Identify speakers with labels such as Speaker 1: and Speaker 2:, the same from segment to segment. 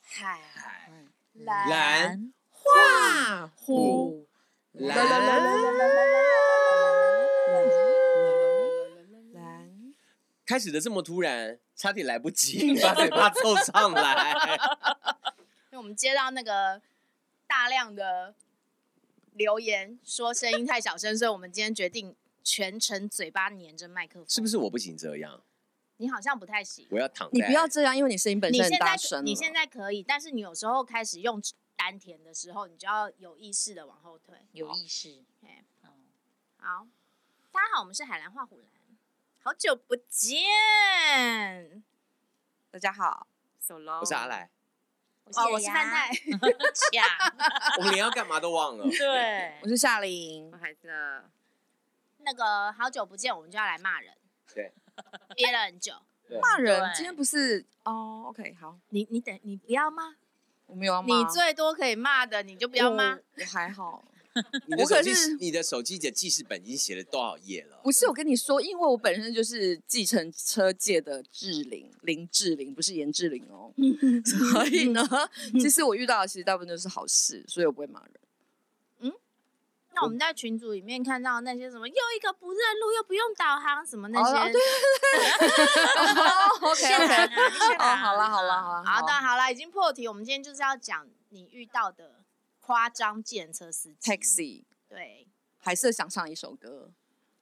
Speaker 1: 海
Speaker 2: 海
Speaker 1: 嗯蓝
Speaker 2: 蓝
Speaker 3: 画
Speaker 2: 虎
Speaker 3: 啦啦啦啦啦啦蓝
Speaker 4: 开始的这么突然，差点来不及把嘴巴凑上来。
Speaker 1: 因为我们接到那个大量的留言，说声音太小声，所以我们今天决定全程嘴巴黏着麦克风。
Speaker 4: 是不是我不行这样？
Speaker 1: 你好像不太行？
Speaker 4: 我要躺在。
Speaker 2: 你不要这样，因为你声音本
Speaker 1: 你
Speaker 2: 身很
Speaker 1: 现在
Speaker 2: 大
Speaker 3: 啊哦
Speaker 2: 声了。
Speaker 1: 你现在可以，但是你有时候开始用丹田的时候，你就要有意识的往后退。
Speaker 5: 有意识。
Speaker 1: 哎
Speaker 5: 哦
Speaker 1: 好，大家好，我们是海蓝画虎蓝，好久不见。
Speaker 3: 大家好，
Speaker 5: ，so long。
Speaker 4: 我是阿来，
Speaker 1: 哦，我是范太，
Speaker 5: 夏。
Speaker 4: 我们连要干嘛都忘了。
Speaker 5: 对
Speaker 3: 我，是夏琳
Speaker 5: 我。还是
Speaker 1: 那个好久不见，我们就要来骂人。
Speaker 4: 对，
Speaker 1: 憋了很久。
Speaker 4: 对
Speaker 3: 骂人
Speaker 5: 对，
Speaker 3: 今天不是哦？OK，好，
Speaker 1: 你你等你不要骂，
Speaker 3: 我没有要骂
Speaker 1: 你最多可以骂的，你就不要骂。
Speaker 3: 我？我还好，
Speaker 4: 你的
Speaker 3: 我可
Speaker 4: 手机
Speaker 3: 是，
Speaker 4: 你的手机的记事本已经写了多少页了？
Speaker 3: 不是我跟你说，因为我本身就是计程车界的志玲，林志玲，不是严志玲 哦。所以呢，其实我遇到的其实大部分都是好事，所以我不会骂 人。
Speaker 1: 那我们在群组里面看到那些什么又一个不认路又不用导航什么那些，
Speaker 3: 哦对 OK
Speaker 5: 谢
Speaker 3: OK，
Speaker 5: 兰啊，谢
Speaker 3: 哦，
Speaker 5: 兰
Speaker 3: 好啦好啦好啦，
Speaker 1: 哦好的好啦，已经破题。我们今天就是要讲你遇到的夸张计程车司机。
Speaker 3: ，Taxi
Speaker 1: 对，
Speaker 3: 还是想唱一首歌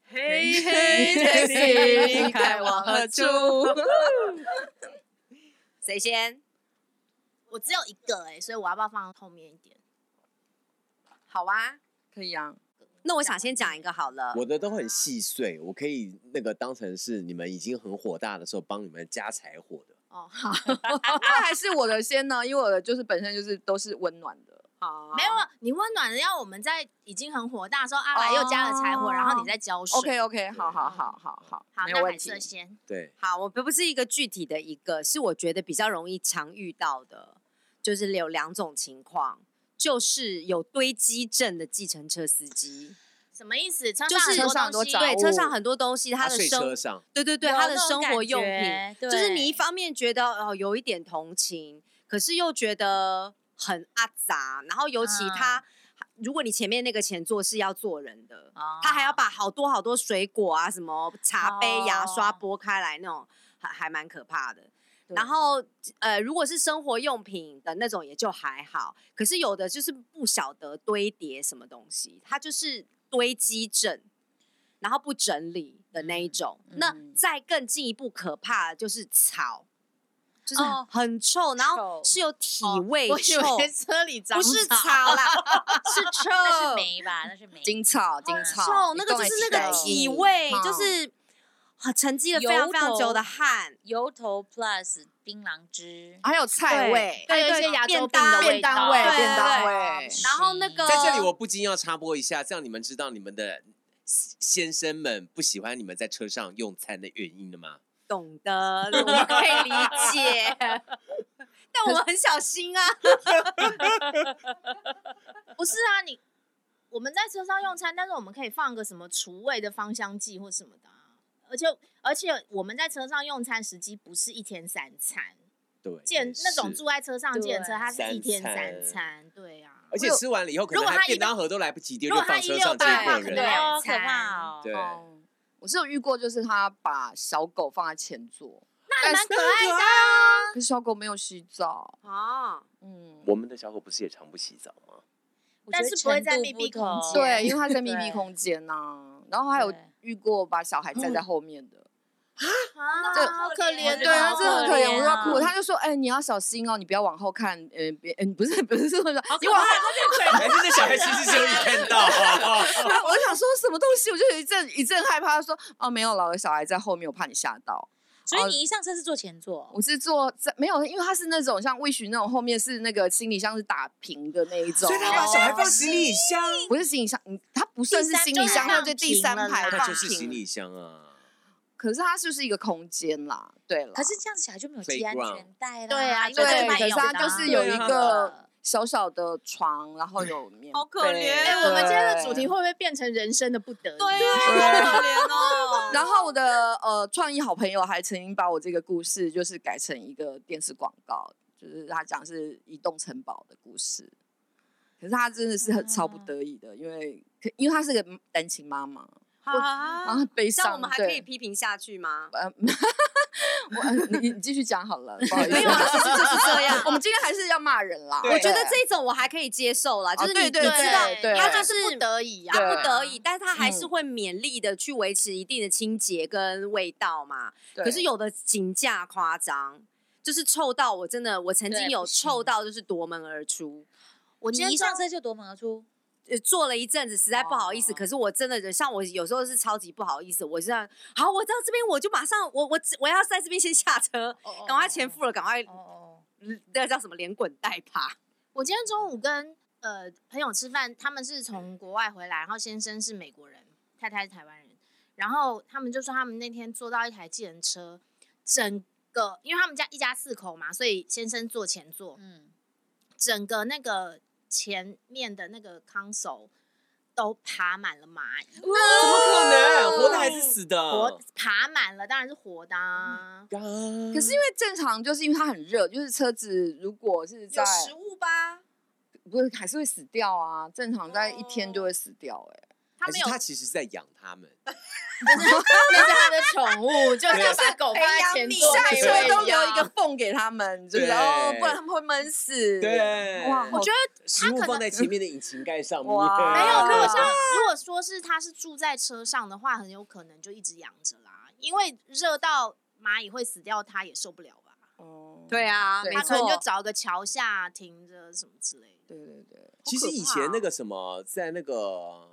Speaker 5: 嘿
Speaker 3: 嘿
Speaker 5: Taxi，
Speaker 3: 开往何处？
Speaker 5: 谁先？
Speaker 1: 我只有一个哎、所以我要不要放后面一点？
Speaker 5: 好啊，
Speaker 3: 可以啊，
Speaker 5: 那我想先讲一个好了。
Speaker 4: 我的都很细碎，我可以那个当成是你们已经很火大的时候帮你们加柴火的。
Speaker 1: 哦，好，
Speaker 3: 啊那还是我的先呢，因为我的就是本身就是都是温暖的。
Speaker 5: 好
Speaker 1: 没有，啊你温暖的要我们在已经很火大的时候，阿啊来又加了柴火，
Speaker 3: 哦
Speaker 1: 然后你再浇水。
Speaker 3: OK OK，好好好好好，
Speaker 1: 好，
Speaker 3: 没有
Speaker 1: 那
Speaker 3: 问
Speaker 1: 海
Speaker 3: 题
Speaker 1: 瑟。先，
Speaker 4: 对，
Speaker 5: 好，我不是一个具体的一个，是我觉得比较容易常遇到的，就是有两种情况，就是有堆积症的计程车司机，
Speaker 1: 什么意思？车
Speaker 5: 就
Speaker 1: 上
Speaker 5: 是
Speaker 1: 很多
Speaker 3: 车上很多
Speaker 1: 东西
Speaker 3: 杂
Speaker 5: 对，
Speaker 3: 物
Speaker 5: 车上很多东西，他的
Speaker 4: 啊睡车
Speaker 5: 生，
Speaker 4: 上，
Speaker 5: 对对对，
Speaker 1: 有
Speaker 5: 他的
Speaker 1: 那种
Speaker 5: 生活
Speaker 1: 感
Speaker 5: 用品
Speaker 1: 觉，
Speaker 5: 就是你一
Speaker 1: 对
Speaker 5: 方面觉得哦有一点同情，可是又觉得很阿杂，然后尤其他。如果你前面那个前座是要坐人的，
Speaker 1: 嗯哦
Speaker 5: 他还要把好多好多水果啊、什么茶杯、牙刷
Speaker 1: 哦
Speaker 5: 拨开来那种，还还蛮可怕的。
Speaker 3: 对
Speaker 5: 然后呃，如果是生活用品的那种也就还好，可是有的就是不晓得堆叠什么东西，它就是堆积症，然后不整理的那一种。那
Speaker 3: 嗯
Speaker 5: 再更进一步可怕的就是草，就是
Speaker 1: 哦
Speaker 5: 很臭，然后
Speaker 3: 臭
Speaker 5: 是有体
Speaker 1: 哦
Speaker 5: 味
Speaker 1: 我以
Speaker 5: 臭，
Speaker 1: 为 车里长
Speaker 5: 不是
Speaker 1: 草
Speaker 5: 草啦，
Speaker 3: 是臭，
Speaker 2: 那是梅吧？那是梅。
Speaker 3: 金草，金
Speaker 5: 很
Speaker 3: 草，
Speaker 5: 臭，
Speaker 3: 你
Speaker 5: 嗯那个
Speaker 3: 跟
Speaker 5: 就
Speaker 3: 我
Speaker 5: 是
Speaker 3: 一起
Speaker 5: 那个
Speaker 3: 的
Speaker 5: 体味，
Speaker 3: 嗯
Speaker 5: 就是啊沉积了非常
Speaker 2: 油
Speaker 5: 非常久
Speaker 2: 头
Speaker 5: 的汗。
Speaker 2: 油头 plus 槟榔汁，
Speaker 3: 还有菜味，
Speaker 1: 还有一
Speaker 5: 哎对哦
Speaker 1: 些牙
Speaker 5: 便
Speaker 1: 周病的
Speaker 5: 当
Speaker 1: 味道，
Speaker 3: 味
Speaker 5: 对
Speaker 3: 便当
Speaker 5: 对
Speaker 3: 味，
Speaker 5: 然后那个
Speaker 4: 在这
Speaker 1: 嗯
Speaker 4: 里我不禁要插播一下，这样你们知道你们的先生们不喜欢你们在车上用餐的原因了吗？
Speaker 5: 懂得， 我们可以理解， 但我们很小 心啊。
Speaker 1: 不是啊，你我们在车上用餐，但是我们可以放个什么除味的芳香剂或什么的啊、而且而且我们在车上用餐时机不是一天三餐，
Speaker 4: 对，
Speaker 1: 见
Speaker 4: 也是
Speaker 1: 那种住在车上见车，
Speaker 2: 对
Speaker 1: 它是一天
Speaker 4: 三餐
Speaker 1: 三餐，对啊。
Speaker 4: 而且吃完了以后，可
Speaker 1: 如
Speaker 4: 能
Speaker 1: 果他
Speaker 4: 还
Speaker 1: 一
Speaker 4: 便当盒都来不及丢，
Speaker 1: 如
Speaker 4: 就
Speaker 1: 果他
Speaker 4: 放车上
Speaker 1: 168
Speaker 4: 接
Speaker 1: 的话
Speaker 4: 过
Speaker 1: 可
Speaker 4: 人
Speaker 1: 能
Speaker 4: 了。
Speaker 2: 哦，可怕哦。
Speaker 4: 对，
Speaker 3: 哦我是有遇过，就是他把小狗放在前座，那
Speaker 1: 还蛮可爱的
Speaker 3: 可是小狗没有洗澡，
Speaker 5: 啊，
Speaker 3: 嗯，
Speaker 4: 我们的小狗不是也常不洗澡吗？
Speaker 1: 但是不会在密闭空间
Speaker 3: 对，因为它在密闭
Speaker 2: 对
Speaker 3: 空间呐。然后还有
Speaker 2: 对
Speaker 3: 遇过把小孩
Speaker 4: 嗯
Speaker 3: 载在后面的，这
Speaker 1: 啊，好可怜哦，
Speaker 3: 对，他真的很可怜，我都要
Speaker 2: 好可怜
Speaker 3: 哭。
Speaker 2: 啊
Speaker 3: 他就说：“哎，你要小心哦，你不要往后看，呃，别，嗯，不是，不是这么
Speaker 2: 哦
Speaker 3: 说，你
Speaker 5: 因为
Speaker 3: 往 后
Speaker 4: 还是那小孩其实只有你看到、啊
Speaker 3: 我我想说什么东西，我就有一阵一阵害怕。他说：“哦，没有，老了，小孩在后面，我怕你吓到。
Speaker 2: 所以你一上车是坐前”座，
Speaker 3: 我是坐在没有，因为他是那种像魏许那种后面是那个行李箱是打平的那一种，
Speaker 4: 所以他把小孩放行李 箱，
Speaker 3: 不是行李箱，嗯它不算是行李箱，
Speaker 1: 第
Speaker 3: 它
Speaker 1: 三
Speaker 3: 就第三排
Speaker 1: 就
Speaker 4: 那
Speaker 3: 放
Speaker 4: 就是行
Speaker 3: 平。
Speaker 4: 李箱 啊。
Speaker 3: 可是它就是一个空间啦，对了。
Speaker 2: 可是这样子小孩就没有系安
Speaker 4: Playground
Speaker 2: 全带啦。
Speaker 1: 对啊
Speaker 2: 因
Speaker 3: 对，
Speaker 2: 为他
Speaker 3: 可
Speaker 2: 没
Speaker 3: 是
Speaker 2: 有
Speaker 3: 它
Speaker 2: 的啊
Speaker 3: 就是有一个
Speaker 2: 对
Speaker 3: 小小的床，然后有棉被，
Speaker 5: 好可怜
Speaker 1: 哎、
Speaker 5: 哎
Speaker 1: 我们今天的主题会不会变成人生的不得已？
Speaker 5: 对啊，
Speaker 3: 对
Speaker 5: 好可怜哦。
Speaker 3: 然后我的呃创意好朋友还曾经把我这个故事就是改成一个电视广告，就是他讲是移动城堡的故事。可是他真的是很超不
Speaker 5: 嗯
Speaker 2: 啊
Speaker 3: 得已的，因为可因为他是个单亲妈妈，然
Speaker 5: 啊
Speaker 3: 后，悲
Speaker 5: 这样
Speaker 3: 伤。
Speaker 5: 我们还
Speaker 3: 对
Speaker 5: 可以批评下去吗？
Speaker 3: 呃，我你你你继续讲好了，不好意思，
Speaker 5: 没有啊其实就是这样
Speaker 3: 我们今天还是要骂人啦，
Speaker 4: 对
Speaker 5: 我觉得这种我还可以接受啦，就是你
Speaker 3: 对
Speaker 5: 你
Speaker 3: 哦对
Speaker 5: 知道
Speaker 3: 对
Speaker 5: 他
Speaker 1: 他
Speaker 5: 就
Speaker 1: 就是是不得已啊，
Speaker 5: 他
Speaker 3: 对
Speaker 5: 不得已，但是他还是会勉力的去维持一定的清洁跟味道嘛。
Speaker 3: 对
Speaker 5: 可是有的井架夸张，就是臭到我真的，我曾经
Speaker 2: 对
Speaker 5: 有
Speaker 2: 不行
Speaker 5: 臭到就是夺门而出。
Speaker 1: 我今
Speaker 2: 你
Speaker 1: 天
Speaker 2: 一上
Speaker 1: 中
Speaker 2: 车就夺门而出，
Speaker 5: 呃，做了一阵子，实在不好意思。
Speaker 2: 哦
Speaker 5: 可是我真的像我有时候是超级不好意思，我是这样，好，我到这边我就马上，我我我要在这边先下车，
Speaker 3: 哦
Speaker 5: 赶
Speaker 2: 赶
Speaker 5: 快钱。付了，赶快嗯
Speaker 2: 哦哦，
Speaker 5: 那个叫什么连滚带爬。
Speaker 1: 我今天中午跟呃朋友吃饭，他们是从国外回来，然后先生是美国人，太太是台湾人，然后他们就说他们那天坐到一台计程车，整个因为他们家一家四口嘛，所以先生坐前座，
Speaker 2: 嗯，
Speaker 1: 整个那个前面的那个 console 都爬满了蚂蚁，
Speaker 5: 哦
Speaker 4: 怎么可能？活的还是死的？
Speaker 1: 活爬满了，当然是活的、啊。
Speaker 4: God
Speaker 3: 可是因为正常就是因为它很热，就是车子如果是在
Speaker 5: 物吧？
Speaker 3: 不是还是会死掉啊，正常在一天
Speaker 1: 哦
Speaker 3: 就会死掉哎、
Speaker 1: 他
Speaker 4: 还
Speaker 1: 没
Speaker 4: 是
Speaker 1: 有，
Speaker 4: 他其实是在养他们，
Speaker 1: 那是他的宠 物，就是要把狗放在前座
Speaker 3: 哎下
Speaker 1: 那一
Speaker 4: 对对
Speaker 1: 位
Speaker 3: 车
Speaker 1: 一
Speaker 3: 都留一
Speaker 1: 样
Speaker 3: 个缝给他们，就是
Speaker 4: 对
Speaker 3: 哦，不然他们会闷死。
Speaker 4: 对
Speaker 3: 哇，
Speaker 1: 我觉得
Speaker 4: 食物
Speaker 1: 可能
Speaker 4: 放在前面的引擎盖上面，
Speaker 3: 哇
Speaker 1: 没有，
Speaker 3: 啊
Speaker 1: 如果 像如果说是他是住在车上的话，很有可能就一直养着啦，因为热到蚂蚁会死掉，他也受不了吧？
Speaker 3: 得
Speaker 5: 对，啊，
Speaker 3: 对
Speaker 5: 没
Speaker 1: 他可
Speaker 5: 错
Speaker 1: 能，就找个桥下停着什么之类的。
Speaker 3: 对对对，
Speaker 4: 其实以前那
Speaker 1: 哦
Speaker 4: 个什么，在那个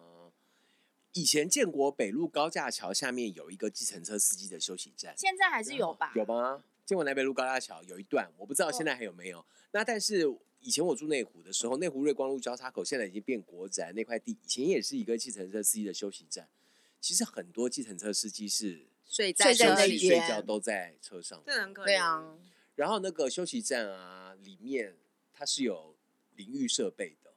Speaker 4: 以前建国北路高架桥下面有一个计程车司机的休息站，
Speaker 1: 现在还是有吧？哦
Speaker 4: 有吧？建国南北路高架桥有一段，我不知道现在还有没有。那但是以前我住内湖的时候，内湖瑞光路交叉口现在已经变国宅那块地，以前也是一个计程车司机的休息站。其实很多计程车司机是
Speaker 3: 睡
Speaker 5: 睡在
Speaker 3: 在
Speaker 5: 车
Speaker 3: 那
Speaker 4: 休息
Speaker 5: 里，
Speaker 3: 里
Speaker 4: 睡
Speaker 3: 边
Speaker 4: 觉都在车上。
Speaker 5: 真的很可
Speaker 3: 对啊，
Speaker 4: 然后那个休息站啊，里面它是有淋浴设备的，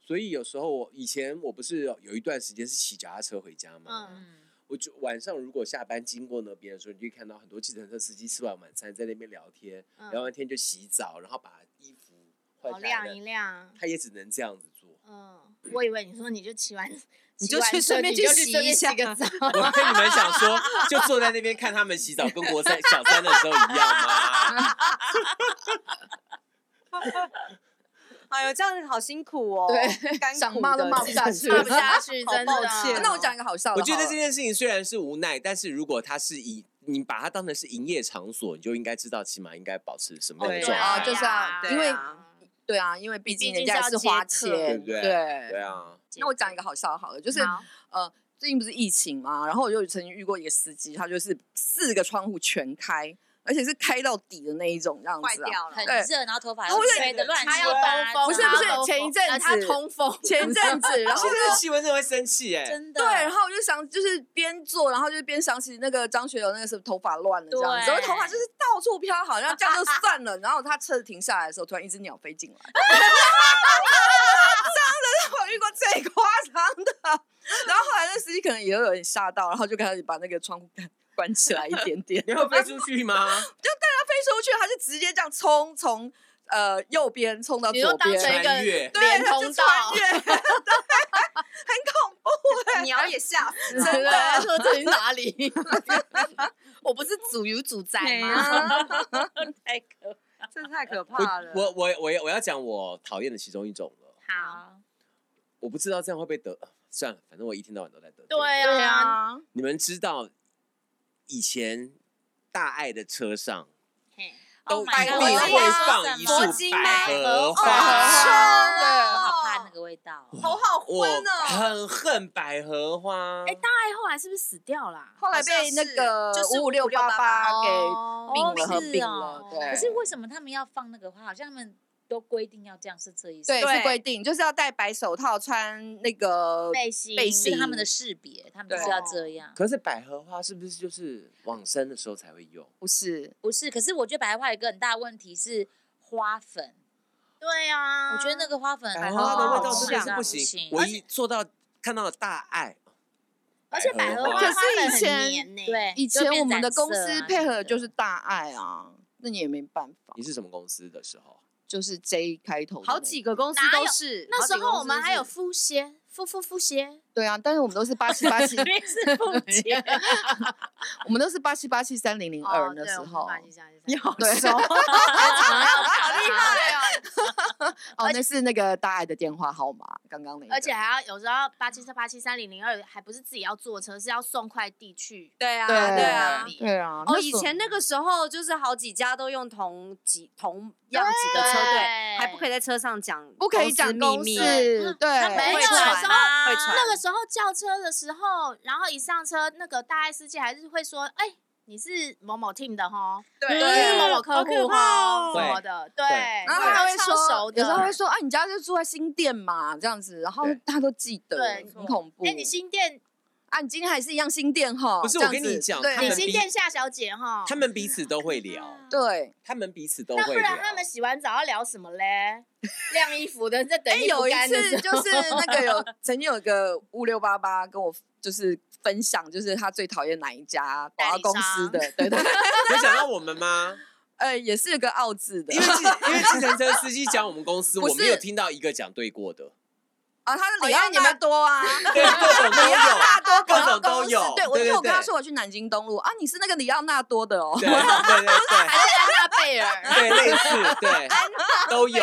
Speaker 4: 所以有时候我以前我不是有一段时间是骑脚踏车回家吗？
Speaker 1: 嗯
Speaker 2: 嗯，
Speaker 4: 我就晚上如果下班经过那边的时候，你就会看到很多计程车司机吃完晚餐在那边聊天，
Speaker 1: 嗯
Speaker 4: 聊完天就洗澡，然后把衣服换
Speaker 1: 好
Speaker 4: 下
Speaker 1: 亮一
Speaker 4: 来，
Speaker 1: 亮。。
Speaker 4: 他也只能这样子做
Speaker 1: 嗯，我以为你说你就骑完，
Speaker 5: 你
Speaker 1: 骑
Speaker 5: 就
Speaker 1: 完
Speaker 5: 去
Speaker 1: 车
Speaker 5: 顺便
Speaker 1: 你
Speaker 5: 去
Speaker 1: 就
Speaker 5: 洗
Speaker 1: 顺便
Speaker 5: 一下
Speaker 1: 洗个澡。
Speaker 4: 我跟你们讲说，就坐在那边看他们洗澡，跟国三小三的时候一样吗？
Speaker 5: 哎呦，这样好辛苦哦，
Speaker 3: 对
Speaker 5: 干苦
Speaker 3: 想骂都
Speaker 5: 的
Speaker 3: 骂不
Speaker 5: 计
Speaker 3: 下
Speaker 5: 程
Speaker 3: 去
Speaker 5: 车
Speaker 1: 骂不 下去，
Speaker 5: 啊 好
Speaker 1: 真的哦
Speaker 5: 抱歉
Speaker 3: 啊
Speaker 5: 啊
Speaker 3: 那我讲一个好笑的好了，
Speaker 4: 我觉得这件事情虽然是无奈，但是如果它是以你把它当成是营业场所，你就应该知道起码应该保持什么样的
Speaker 5: 对
Speaker 4: 状
Speaker 3: 啊
Speaker 4: 态，
Speaker 3: 就是啊
Speaker 5: 因为
Speaker 3: 对啊，因为毕
Speaker 1: 毕
Speaker 3: 竟
Speaker 1: 竟
Speaker 3: 人家也
Speaker 1: 是
Speaker 3: 是
Speaker 1: 要
Speaker 3: 花
Speaker 1: 接客
Speaker 3: 钱，
Speaker 4: 对不对对
Speaker 3: 对。
Speaker 4: 啊，
Speaker 3: 那我讲一个好笑的好了，
Speaker 1: 就
Speaker 3: 就
Speaker 1: 是
Speaker 3: 呃，最近不是疫情嘛，然后我就曾经遇过一个司机，他就是四个窗户全开，而且是开到底的那一种，这样
Speaker 5: 坏
Speaker 3: 子啊。
Speaker 5: 掉了
Speaker 2: 很。
Speaker 3: 对
Speaker 2: 热，然后头发
Speaker 3: 不是
Speaker 2: 吹的乱七
Speaker 1: 他要
Speaker 2: 八
Speaker 1: 兜
Speaker 2: 糟，
Speaker 1: 风，
Speaker 3: 不是不是
Speaker 1: 他要兜
Speaker 3: 前一
Speaker 1: 风
Speaker 3: 阵
Speaker 1: 呃他
Speaker 3: 子
Speaker 1: 通风，
Speaker 3: 前 阵子，然后
Speaker 4: 现在的气温真的会生气哎、
Speaker 2: 真的
Speaker 3: 对，然后我就想，就是边做，然后就边想起那个张学友那个时候头发乱了这样子，
Speaker 2: 对
Speaker 3: 然后头发就是到处飘，好像这样就算了。然后他车子停下来的时候，突然一只鸟飞 进来，这样的是我遇过最夸张的。然后后来那司机可能也有点吓到，然后就开始把那个窗户关关起来一点点。
Speaker 4: 你要飞出去吗？
Speaker 3: 飞出去，他就直接这样冲从呃右边冲到
Speaker 1: 你说
Speaker 3: 左
Speaker 1: 当成一
Speaker 3: 边，
Speaker 1: 个
Speaker 4: 穿越
Speaker 3: 对，
Speaker 1: 啊连
Speaker 3: 他就
Speaker 1: 通道，
Speaker 3: 穿越， 对，很恐怖。
Speaker 5: 鸟也吓死了，
Speaker 3: 真的
Speaker 1: 他说这里是哪里？我不是祖有祖宅
Speaker 5: 对
Speaker 1: 吗？
Speaker 5: 啊，
Speaker 2: 太可
Speaker 5: 这太可
Speaker 4: 我
Speaker 5: 怕了。
Speaker 4: 我我我要我要讲我讨厌的其中一种了，
Speaker 2: 怕
Speaker 1: 好，
Speaker 2: 了。
Speaker 4: 我不知道这样会不会得，呃算了，反正我一天到晚都在得罪。
Speaker 1: 对啊，，
Speaker 4: 你们知道以前大爱的车上
Speaker 1: 嘿
Speaker 4: 都
Speaker 2: Oh
Speaker 4: 一
Speaker 2: my
Speaker 4: 定
Speaker 2: god，
Speaker 5: 我
Speaker 4: 会
Speaker 5: 知道
Speaker 4: 放一
Speaker 2: 什么
Speaker 5: 佛
Speaker 4: 束
Speaker 5: 经
Speaker 4: 百
Speaker 5: 吗
Speaker 4: 合
Speaker 5: 百
Speaker 1: 哦
Speaker 5: 合
Speaker 4: 花
Speaker 5: 花。
Speaker 1: 啊
Speaker 2: 我
Speaker 5: 哦
Speaker 2: 好怕那个味道，
Speaker 5: 头好
Speaker 4: 我
Speaker 5: 昏哦。
Speaker 4: 很恨百合花。
Speaker 1: 哎，大爱后来是不是死掉啊啦？
Speaker 3: 后来被那个
Speaker 5: 就是
Speaker 3: 五五六八八给
Speaker 1: 哦
Speaker 3: 并
Speaker 2: 哦
Speaker 3: 了，合
Speaker 2: 是
Speaker 3: 并
Speaker 2: 哦
Speaker 3: 了。对，
Speaker 2: 可是为什么他们要放那个花？好像他们都规定要这样，是这意思
Speaker 3: 对
Speaker 2: 吗？
Speaker 5: 对
Speaker 3: 是规定，就是要戴白手套，穿那个
Speaker 1: 背心
Speaker 3: 背
Speaker 2: 是
Speaker 3: 心
Speaker 2: 他们的识别，他们就是
Speaker 3: 对
Speaker 2: 要这样。
Speaker 4: 可是百合花是不是就是往生的时候才会用？
Speaker 3: 不是
Speaker 2: 不是，可是我觉得白花有一个很大的问题是花粉，
Speaker 1: 对啊，
Speaker 2: 我觉得那个花粉
Speaker 4: 百合花
Speaker 2: 好
Speaker 4: 的味
Speaker 2: 好
Speaker 4: 道
Speaker 2: 吃
Speaker 4: 真的是
Speaker 2: 啊
Speaker 4: 不
Speaker 2: 不
Speaker 4: 行。我一做到看到了大爱，
Speaker 1: 而且百合
Speaker 4: 百合
Speaker 1: 花
Speaker 4: 花
Speaker 3: 可是以前
Speaker 1: 花粉很黏呢
Speaker 2: 对，
Speaker 3: 以
Speaker 2: 就
Speaker 3: 前
Speaker 2: 变
Speaker 3: 我们
Speaker 2: 染
Speaker 3: 的公
Speaker 2: 色啊
Speaker 3: 司
Speaker 2: 什
Speaker 3: 配
Speaker 2: 么
Speaker 3: 合
Speaker 2: 的
Speaker 3: 就是大爱啊，那你也没办法
Speaker 4: 你。是什么公司的时候？
Speaker 3: 就是 J 开头的那
Speaker 5: 好
Speaker 3: 个
Speaker 5: 几个公司
Speaker 1: 哪有
Speaker 5: 都是。
Speaker 1: 那时候我们还有
Speaker 5: 好 几
Speaker 1: 夫鞋，夫夫夫 鞋，
Speaker 3: 对啊，但是我们都是八七八七，
Speaker 2: 对，是不接。
Speaker 3: 我们都是八七八七三零零二
Speaker 1: 哦
Speaker 3: 那
Speaker 1: 对
Speaker 3: 时
Speaker 1: 我们
Speaker 3: 候，
Speaker 1: 把你讲一下
Speaker 5: 个公 司是，好
Speaker 3: 对，
Speaker 1: 好厉害哦！
Speaker 3: 哦，那是那个大爱的电话号码，刚刚那个，
Speaker 1: 而且还要有时候八七三八七三零零二还不是自己要坐车，是要送快递去。
Speaker 5: 对啊，
Speaker 3: 对
Speaker 5: 对啊。
Speaker 3: 对啊，
Speaker 5: 哦，
Speaker 3: 那
Speaker 5: 以
Speaker 3: 时候
Speaker 5: 前那个时候就是好几家都用同几同样几个车队，还不
Speaker 1: 啊
Speaker 5: 可以在车上讲，
Speaker 3: 不可以讲
Speaker 5: 秘
Speaker 3: 公
Speaker 5: 密，
Speaker 3: 事，
Speaker 1: 那没
Speaker 3: 对，
Speaker 1: 有
Speaker 5: 会
Speaker 1: 的
Speaker 5: 传
Speaker 1: 时候，
Speaker 5: 啊，会传。
Speaker 1: 那个时候叫车的时候，然后一上车，那个大爱司机还是会说：“哎、你是某某 team 的吼，
Speaker 5: 对
Speaker 1: 你是某某客
Speaker 5: 好可
Speaker 1: 户
Speaker 5: 怕
Speaker 1: 吼，
Speaker 4: 哦
Speaker 1: 什么的。”对，
Speaker 4: 对
Speaker 3: 然后他会
Speaker 1: 超
Speaker 3: 说
Speaker 1: 熟，的
Speaker 3: 有时候会说啊，你家就住在新店嘛，这样子，然后
Speaker 4: 对
Speaker 3: 他都记得
Speaker 1: 对，
Speaker 3: 很恐怖。
Speaker 1: 哎、你新店，
Speaker 3: 啊，你今天还是一样新店哈？
Speaker 4: 不是
Speaker 3: 这样
Speaker 4: 我跟你
Speaker 3: 子
Speaker 4: 讲
Speaker 3: 对
Speaker 4: 他
Speaker 1: 你
Speaker 4: 们
Speaker 1: 新
Speaker 4: 逼
Speaker 1: 店夏小姐
Speaker 3: 哦
Speaker 1: 哈，
Speaker 4: 他们彼此都会聊，
Speaker 3: 对，
Speaker 4: 他们彼此都
Speaker 1: 那
Speaker 4: 会
Speaker 1: 不
Speaker 4: 聊
Speaker 1: 然。他们洗完澡要聊什么嘞？ 晾衣服的在等
Speaker 3: 哎，
Speaker 1: 衣服
Speaker 3: 有一
Speaker 1: 干的时
Speaker 3: 次
Speaker 1: 候，
Speaker 3: 就是那 个有曾经有个五六八八跟我就是分享，就是他最讨厌哪一家广告公司的，对对，
Speaker 4: 有讲到我们吗？
Speaker 3: 呃，也是个澳字的
Speaker 4: 因为计因为计程车司机讲我们公司，
Speaker 3: 不
Speaker 4: 我
Speaker 3: 是
Speaker 4: 没有听到一个讲对过 的，
Speaker 3: 啊，他的
Speaker 5: 哦
Speaker 3: 里
Speaker 5: 要
Speaker 3: 奥
Speaker 5: 你们
Speaker 3: 纳多 啊，
Speaker 4: 对，各种都
Speaker 3: 里奥
Speaker 4: 有。
Speaker 3: 纳多广告
Speaker 4: 各种
Speaker 3: 公
Speaker 4: 都
Speaker 3: 司
Speaker 4: 有，
Speaker 3: 对，我
Speaker 4: 对
Speaker 3: 因为我
Speaker 4: 对
Speaker 3: 跟他
Speaker 4: 对
Speaker 3: 说我去南京东路啊，你是那个里奥纳多的哦
Speaker 4: 对，对对对，
Speaker 1: 还是安娜贝尔。
Speaker 4: 对，类似， 对，都有。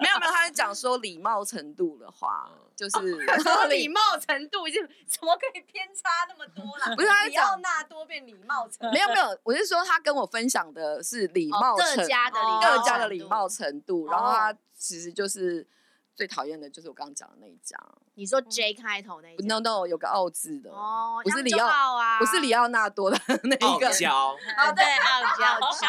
Speaker 3: 没有没有，他是讲说礼貌程度的话
Speaker 4: 嗯，
Speaker 3: 就是
Speaker 5: 说礼貌程度已经怎么可以偏差那么多啦？
Speaker 3: 不是他在
Speaker 5: 里奥
Speaker 3: 讲
Speaker 5: 纳多变礼貌程度
Speaker 3: 没有没有，我是说他跟我分享的是礼貌程
Speaker 1: 各家的礼
Speaker 5: 哦
Speaker 1: 貌
Speaker 3: 各
Speaker 1: 程
Speaker 3: 家的礼
Speaker 1: 度
Speaker 3: 貌程度，
Speaker 5: 哦
Speaker 3: 然后他其实就是最讨厌的就是我刚刚讲的那一家
Speaker 1: 你说 J 开头那一家
Speaker 3: ，no no，有个澳字的，
Speaker 1: 哦，
Speaker 3: 不
Speaker 1: 他
Speaker 3: 是
Speaker 1: 们
Speaker 3: 里
Speaker 1: 就
Speaker 3: 奥，
Speaker 1: 傲啊，
Speaker 3: 不是里奥纳多的那 一
Speaker 4: 傲
Speaker 3: 个，
Speaker 4: 娇，
Speaker 1: 哦， 对，傲娇，傲娇。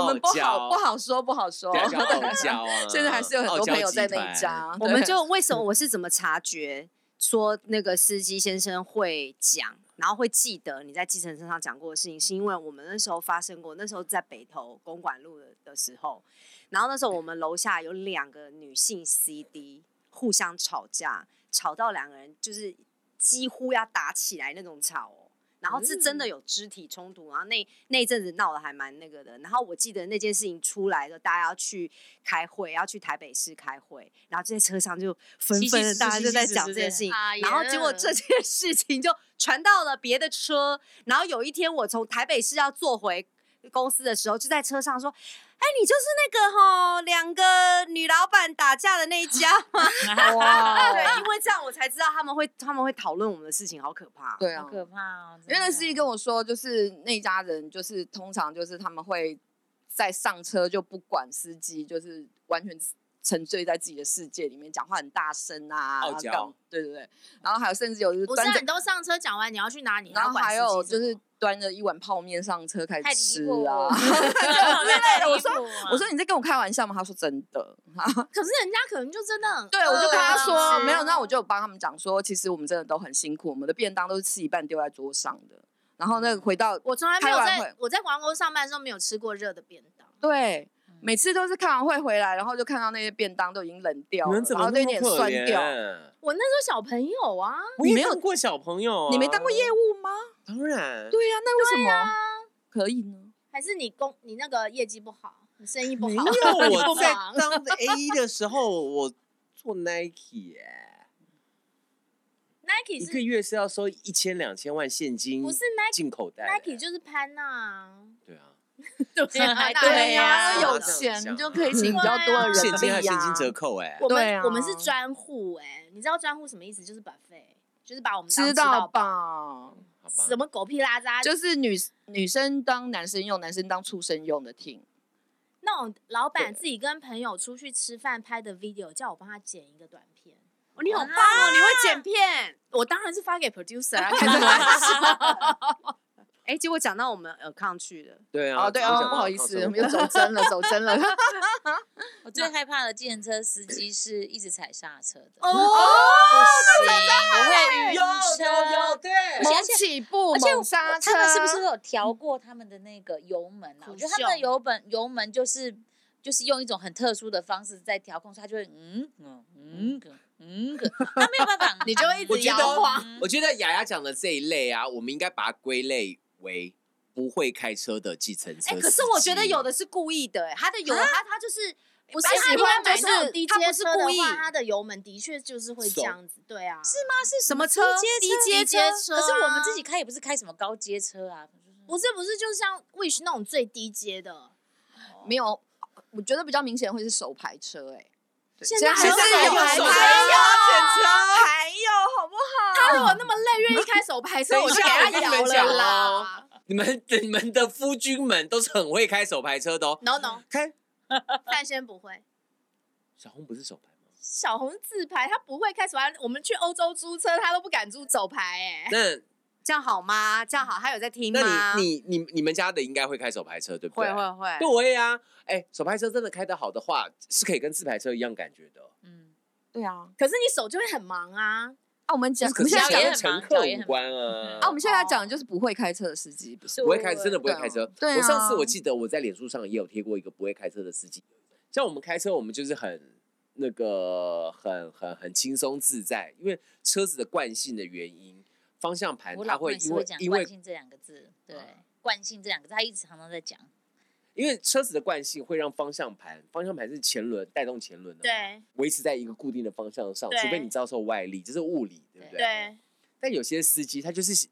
Speaker 3: 我们不
Speaker 4: 傲娇
Speaker 3: 好不好说不好说
Speaker 4: 对，，叫傲娇 啊。
Speaker 3: 现在还是有很多朋友在那
Speaker 4: 傲娇
Speaker 3: 一
Speaker 4: 集团。
Speaker 3: 家，
Speaker 5: 我
Speaker 3: 对
Speaker 5: 们就为什么我是怎么察觉说那个司机先生会讲，然后会记得你在计程车上讲过的事情，是因为我们那时候发生过，那时候在北投公馆路的的时候，然后那时候我们楼下有两个女性 CD 互相吵架，吵到两个人就是几乎要打起来那种吵哦。然后是
Speaker 2: 嗯
Speaker 5: 真的有肢体冲突，然后那那一阵子闹得还蛮那个的。然后我记得那件事情出来的，大家要去开会，要去台北市开会，然后就在车上就纷纷
Speaker 2: 嘻
Speaker 5: 的
Speaker 2: 嘻
Speaker 5: 大家就在
Speaker 2: 嘻嘻
Speaker 5: 讲
Speaker 2: 嘻
Speaker 5: 这
Speaker 2: 嘻
Speaker 5: 件事情。
Speaker 1: 哎呀
Speaker 5: 然后结果这件事情就传到了别的车，然后有一天我从台北市要坐回公司的时候，就在车上说：“哎，你就是那个吼两个女老板打架的那一家 吗？”
Speaker 3: 哇
Speaker 5: 对，因为这样我才知道他们会他们会讨论我们的事情，好可怕。
Speaker 3: 对
Speaker 2: 好
Speaker 3: 啊，
Speaker 2: 可怕哦！
Speaker 3: 因为那司
Speaker 2: 是
Speaker 3: 机
Speaker 2: 一
Speaker 1: 嗯
Speaker 3: 跟
Speaker 2: 个
Speaker 3: 我说，就是那家人就是通常就是他们会在上车就不管司机，就是完全沉醉在自己的世界里面，讲话很大声啊，
Speaker 4: 傲娇
Speaker 3: 然后干，对对对，然后还有甚至有就是
Speaker 1: 不是
Speaker 3: 端
Speaker 1: 啊，
Speaker 3: 着
Speaker 1: 你，都上车讲完，你要去哪里？
Speaker 3: 然后
Speaker 1: 管
Speaker 3: 还
Speaker 1: 司机
Speaker 3: 有
Speaker 1: 什
Speaker 3: 就
Speaker 1: 么
Speaker 3: 是端着一碗泡面上车开
Speaker 1: 太
Speaker 3: 始
Speaker 1: 离
Speaker 3: 吃
Speaker 1: 谱
Speaker 3: 啊
Speaker 1: 了。
Speaker 3: 对
Speaker 1: 太
Speaker 3: 我
Speaker 1: 离
Speaker 3: 说
Speaker 1: 谱了
Speaker 3: 我说你在跟我开玩笑吗？他说真的。
Speaker 1: 可是人家可能就真的很
Speaker 3: 对，我就跟他
Speaker 1: 饿啊
Speaker 3: 说没有，那我就有帮他们讲说，其实我们真的都很辛苦，我们的便当都是吃一半丢在桌上的。然后那个回到
Speaker 1: 我从来没有
Speaker 3: 开完
Speaker 1: 在
Speaker 3: 会
Speaker 1: 我在广告公司上班的时候没有吃过热的便当，
Speaker 3: 对，每次都是开完会回来，然后就看到那些便当都已经冷掉
Speaker 4: 你
Speaker 3: 了，
Speaker 4: 们怎
Speaker 3: 哦然
Speaker 4: 么
Speaker 3: 后都
Speaker 4: 那么
Speaker 3: 有点
Speaker 4: 可
Speaker 3: 酸掉。
Speaker 4: 怜？
Speaker 1: 我那时候小朋友啊，
Speaker 4: 我
Speaker 3: 你
Speaker 4: 也
Speaker 3: 没有
Speaker 4: 当过小朋友啊，
Speaker 3: 你没当过业务吗？
Speaker 4: 当然，
Speaker 3: 对呀、那为什么、可以呢？
Speaker 1: 啊还是你工你那个业绩不好，你生意不好，
Speaker 4: 因为
Speaker 1: 你
Speaker 4: 我
Speaker 1: 不
Speaker 4: 在
Speaker 1: 忙
Speaker 4: 当 A 一的时候，我做 Nike 哎，
Speaker 1: Nike
Speaker 4: 一个
Speaker 1: 是
Speaker 4: 月是要收一千两千万现金，
Speaker 1: 不是 Nike
Speaker 4: 进口袋
Speaker 1: Nike 就是潘娜啊，
Speaker 4: 对啊，
Speaker 1: 对
Speaker 2: 还
Speaker 1: 娜
Speaker 2: 对
Speaker 1: 呀
Speaker 2: 呀
Speaker 3: 那有
Speaker 4: 这样
Speaker 3: 钱
Speaker 4: 想
Speaker 3: 你就可以请比较多的人
Speaker 4: 现金还有
Speaker 3: 力
Speaker 4: 现
Speaker 3: 啊
Speaker 4: 金折扣哎，
Speaker 1: 我
Speaker 3: 对
Speaker 1: 们
Speaker 3: 啊
Speaker 1: 我们是专户哎，你知道专户什么意思？就是把费，就是把我们当
Speaker 3: 知
Speaker 1: 道
Speaker 3: 道？吧？
Speaker 4: 嗯好吧
Speaker 1: 什么狗屁拉渣，
Speaker 3: 就是女女生当男生用，男生当畜生用的听。
Speaker 1: 那种老板
Speaker 3: 对
Speaker 1: 自己跟朋友出去吃饭拍的 video，叫我帮他剪一个短片。
Speaker 5: 哦你好棒哦，你会剪片。
Speaker 1: 我当然是发给 producer 啊，开什么玩笑？
Speaker 5: 哎，结果讲到我们尔康去了，
Speaker 4: 对啊，
Speaker 3: 哦，对
Speaker 4: 怎么
Speaker 3: 哦，
Speaker 4: 想
Speaker 3: 不
Speaker 4: 到
Speaker 3: 好意
Speaker 4: 靠
Speaker 3: 思，
Speaker 4: 什
Speaker 3: 我
Speaker 4: 么
Speaker 3: 们又走真了，走 真了。
Speaker 2: 我最害怕的计程车司机是一直踩刹车的，
Speaker 1: 哦，
Speaker 2: 不行，我会晕车。
Speaker 4: 对，
Speaker 3: 猛起步，
Speaker 2: 而且我
Speaker 3: 猛刹车，
Speaker 2: 他们是不是都有调过他们的那个油门啊？
Speaker 1: 苦
Speaker 2: 我觉得他们的
Speaker 1: 秀
Speaker 2: 油门油门就是就是用一种很特殊的方式在调控，所以他就会嗯嗯嗯嗯嗯，他没有办法，
Speaker 1: 你就会一
Speaker 4: 我
Speaker 1: 直
Speaker 4: 觉
Speaker 1: 摇
Speaker 4: 得
Speaker 1: 晃。
Speaker 2: 嗯
Speaker 4: 我觉得雅雅讲的这一类啊，我们应该把它归类为不会开车的计程车司
Speaker 5: 哎、
Speaker 4: 机。
Speaker 5: 可是我觉得有的是故意的、哎他的有的他他就是
Speaker 1: 不
Speaker 5: 白
Speaker 1: 他
Speaker 5: 喜
Speaker 1: 如果
Speaker 5: 欢就
Speaker 1: 买那
Speaker 5: 是
Speaker 1: 种低
Speaker 5: 他
Speaker 1: 阶
Speaker 5: 不是
Speaker 1: 车的
Speaker 5: 故意，
Speaker 1: 话，它的油门的确就是会这
Speaker 4: 手
Speaker 1: 样子，对啊，是吗？
Speaker 5: 是什么车
Speaker 2: 低阶
Speaker 5: 阶
Speaker 1: 车
Speaker 5: 车，
Speaker 2: 车可是我们
Speaker 1: 啊
Speaker 2: 自己开也不是开什么高阶车啊，
Speaker 1: 不是不是，就像 Wish 那种最低阶的，
Speaker 3: 没有，我觉得比较明显会是手排车、哎，对
Speaker 1: 现在还
Speaker 3: 现
Speaker 1: 是
Speaker 3: 在
Speaker 1: 有
Speaker 3: 还
Speaker 1: 手
Speaker 3: 有
Speaker 1: 排
Speaker 3: 啊
Speaker 5: 哎
Speaker 3: 还有好不
Speaker 1: 他如果那么累，愿意开手排车，我就给他
Speaker 4: 等一下
Speaker 1: 摇
Speaker 4: 我跟你们讲
Speaker 1: 了
Speaker 4: 哦
Speaker 1: 啦。
Speaker 4: 你们你们的夫君们都是很会开手排车的哦。
Speaker 1: No no，
Speaker 4: 开
Speaker 1: 范先不会。
Speaker 4: 小红不是手排吗？
Speaker 1: 小红自排，他不会开手排。我们去欧洲租车，他都不敢租手排哎、
Speaker 4: 那
Speaker 5: 这样好吗？这样好，他有在听吗？
Speaker 4: 那你你你你们家的应该会开手排车对不对？
Speaker 5: 会会会，
Speaker 4: 对，我也啊。哎，手排车真的开得好的话，是可以跟自排车一样感觉的。哦
Speaker 2: 嗯，
Speaker 3: 对啊，
Speaker 1: 可是你手就会很忙啊。
Speaker 3: 啊，我们讲，我
Speaker 4: 可
Speaker 3: 们
Speaker 4: 是
Speaker 3: 现
Speaker 2: 脚
Speaker 4: 这样
Speaker 3: 在讲
Speaker 2: 也
Speaker 4: 跟
Speaker 2: 很
Speaker 4: 乘
Speaker 2: 忙
Speaker 4: 客
Speaker 2: 脚也
Speaker 4: 无
Speaker 2: 很忙嗯
Speaker 4: 关
Speaker 2: 哦
Speaker 4: 啊。
Speaker 3: 啊，我们现在要讲的就是不会开车的司机，不是？
Speaker 4: 不会开车，真的不会开车。
Speaker 3: 对啊
Speaker 4: 我上次我记得我在脸书上也有贴过一个不会开车的司机。像我们开车，我们就是很那个很很很轻松自在，因为车子的惯性的原因，方向盘
Speaker 2: 我
Speaker 4: 它
Speaker 2: 老公
Speaker 4: 会
Speaker 2: 也
Speaker 4: 因
Speaker 2: 是
Speaker 4: 为
Speaker 2: 会讲
Speaker 4: 因为啊
Speaker 2: 惯性这两个字，对，惯性这两个字，他一直常常在讲。
Speaker 4: 因为车子的惯性会让方向盘，方向盘是前轮带动前轮的，，
Speaker 1: 对
Speaker 4: 维持在一个固定的方向上，
Speaker 1: 对
Speaker 4: 除非你遭受外力，这是物理，对不对？
Speaker 2: 对
Speaker 1: 对，
Speaker 4: 但有些司机他就是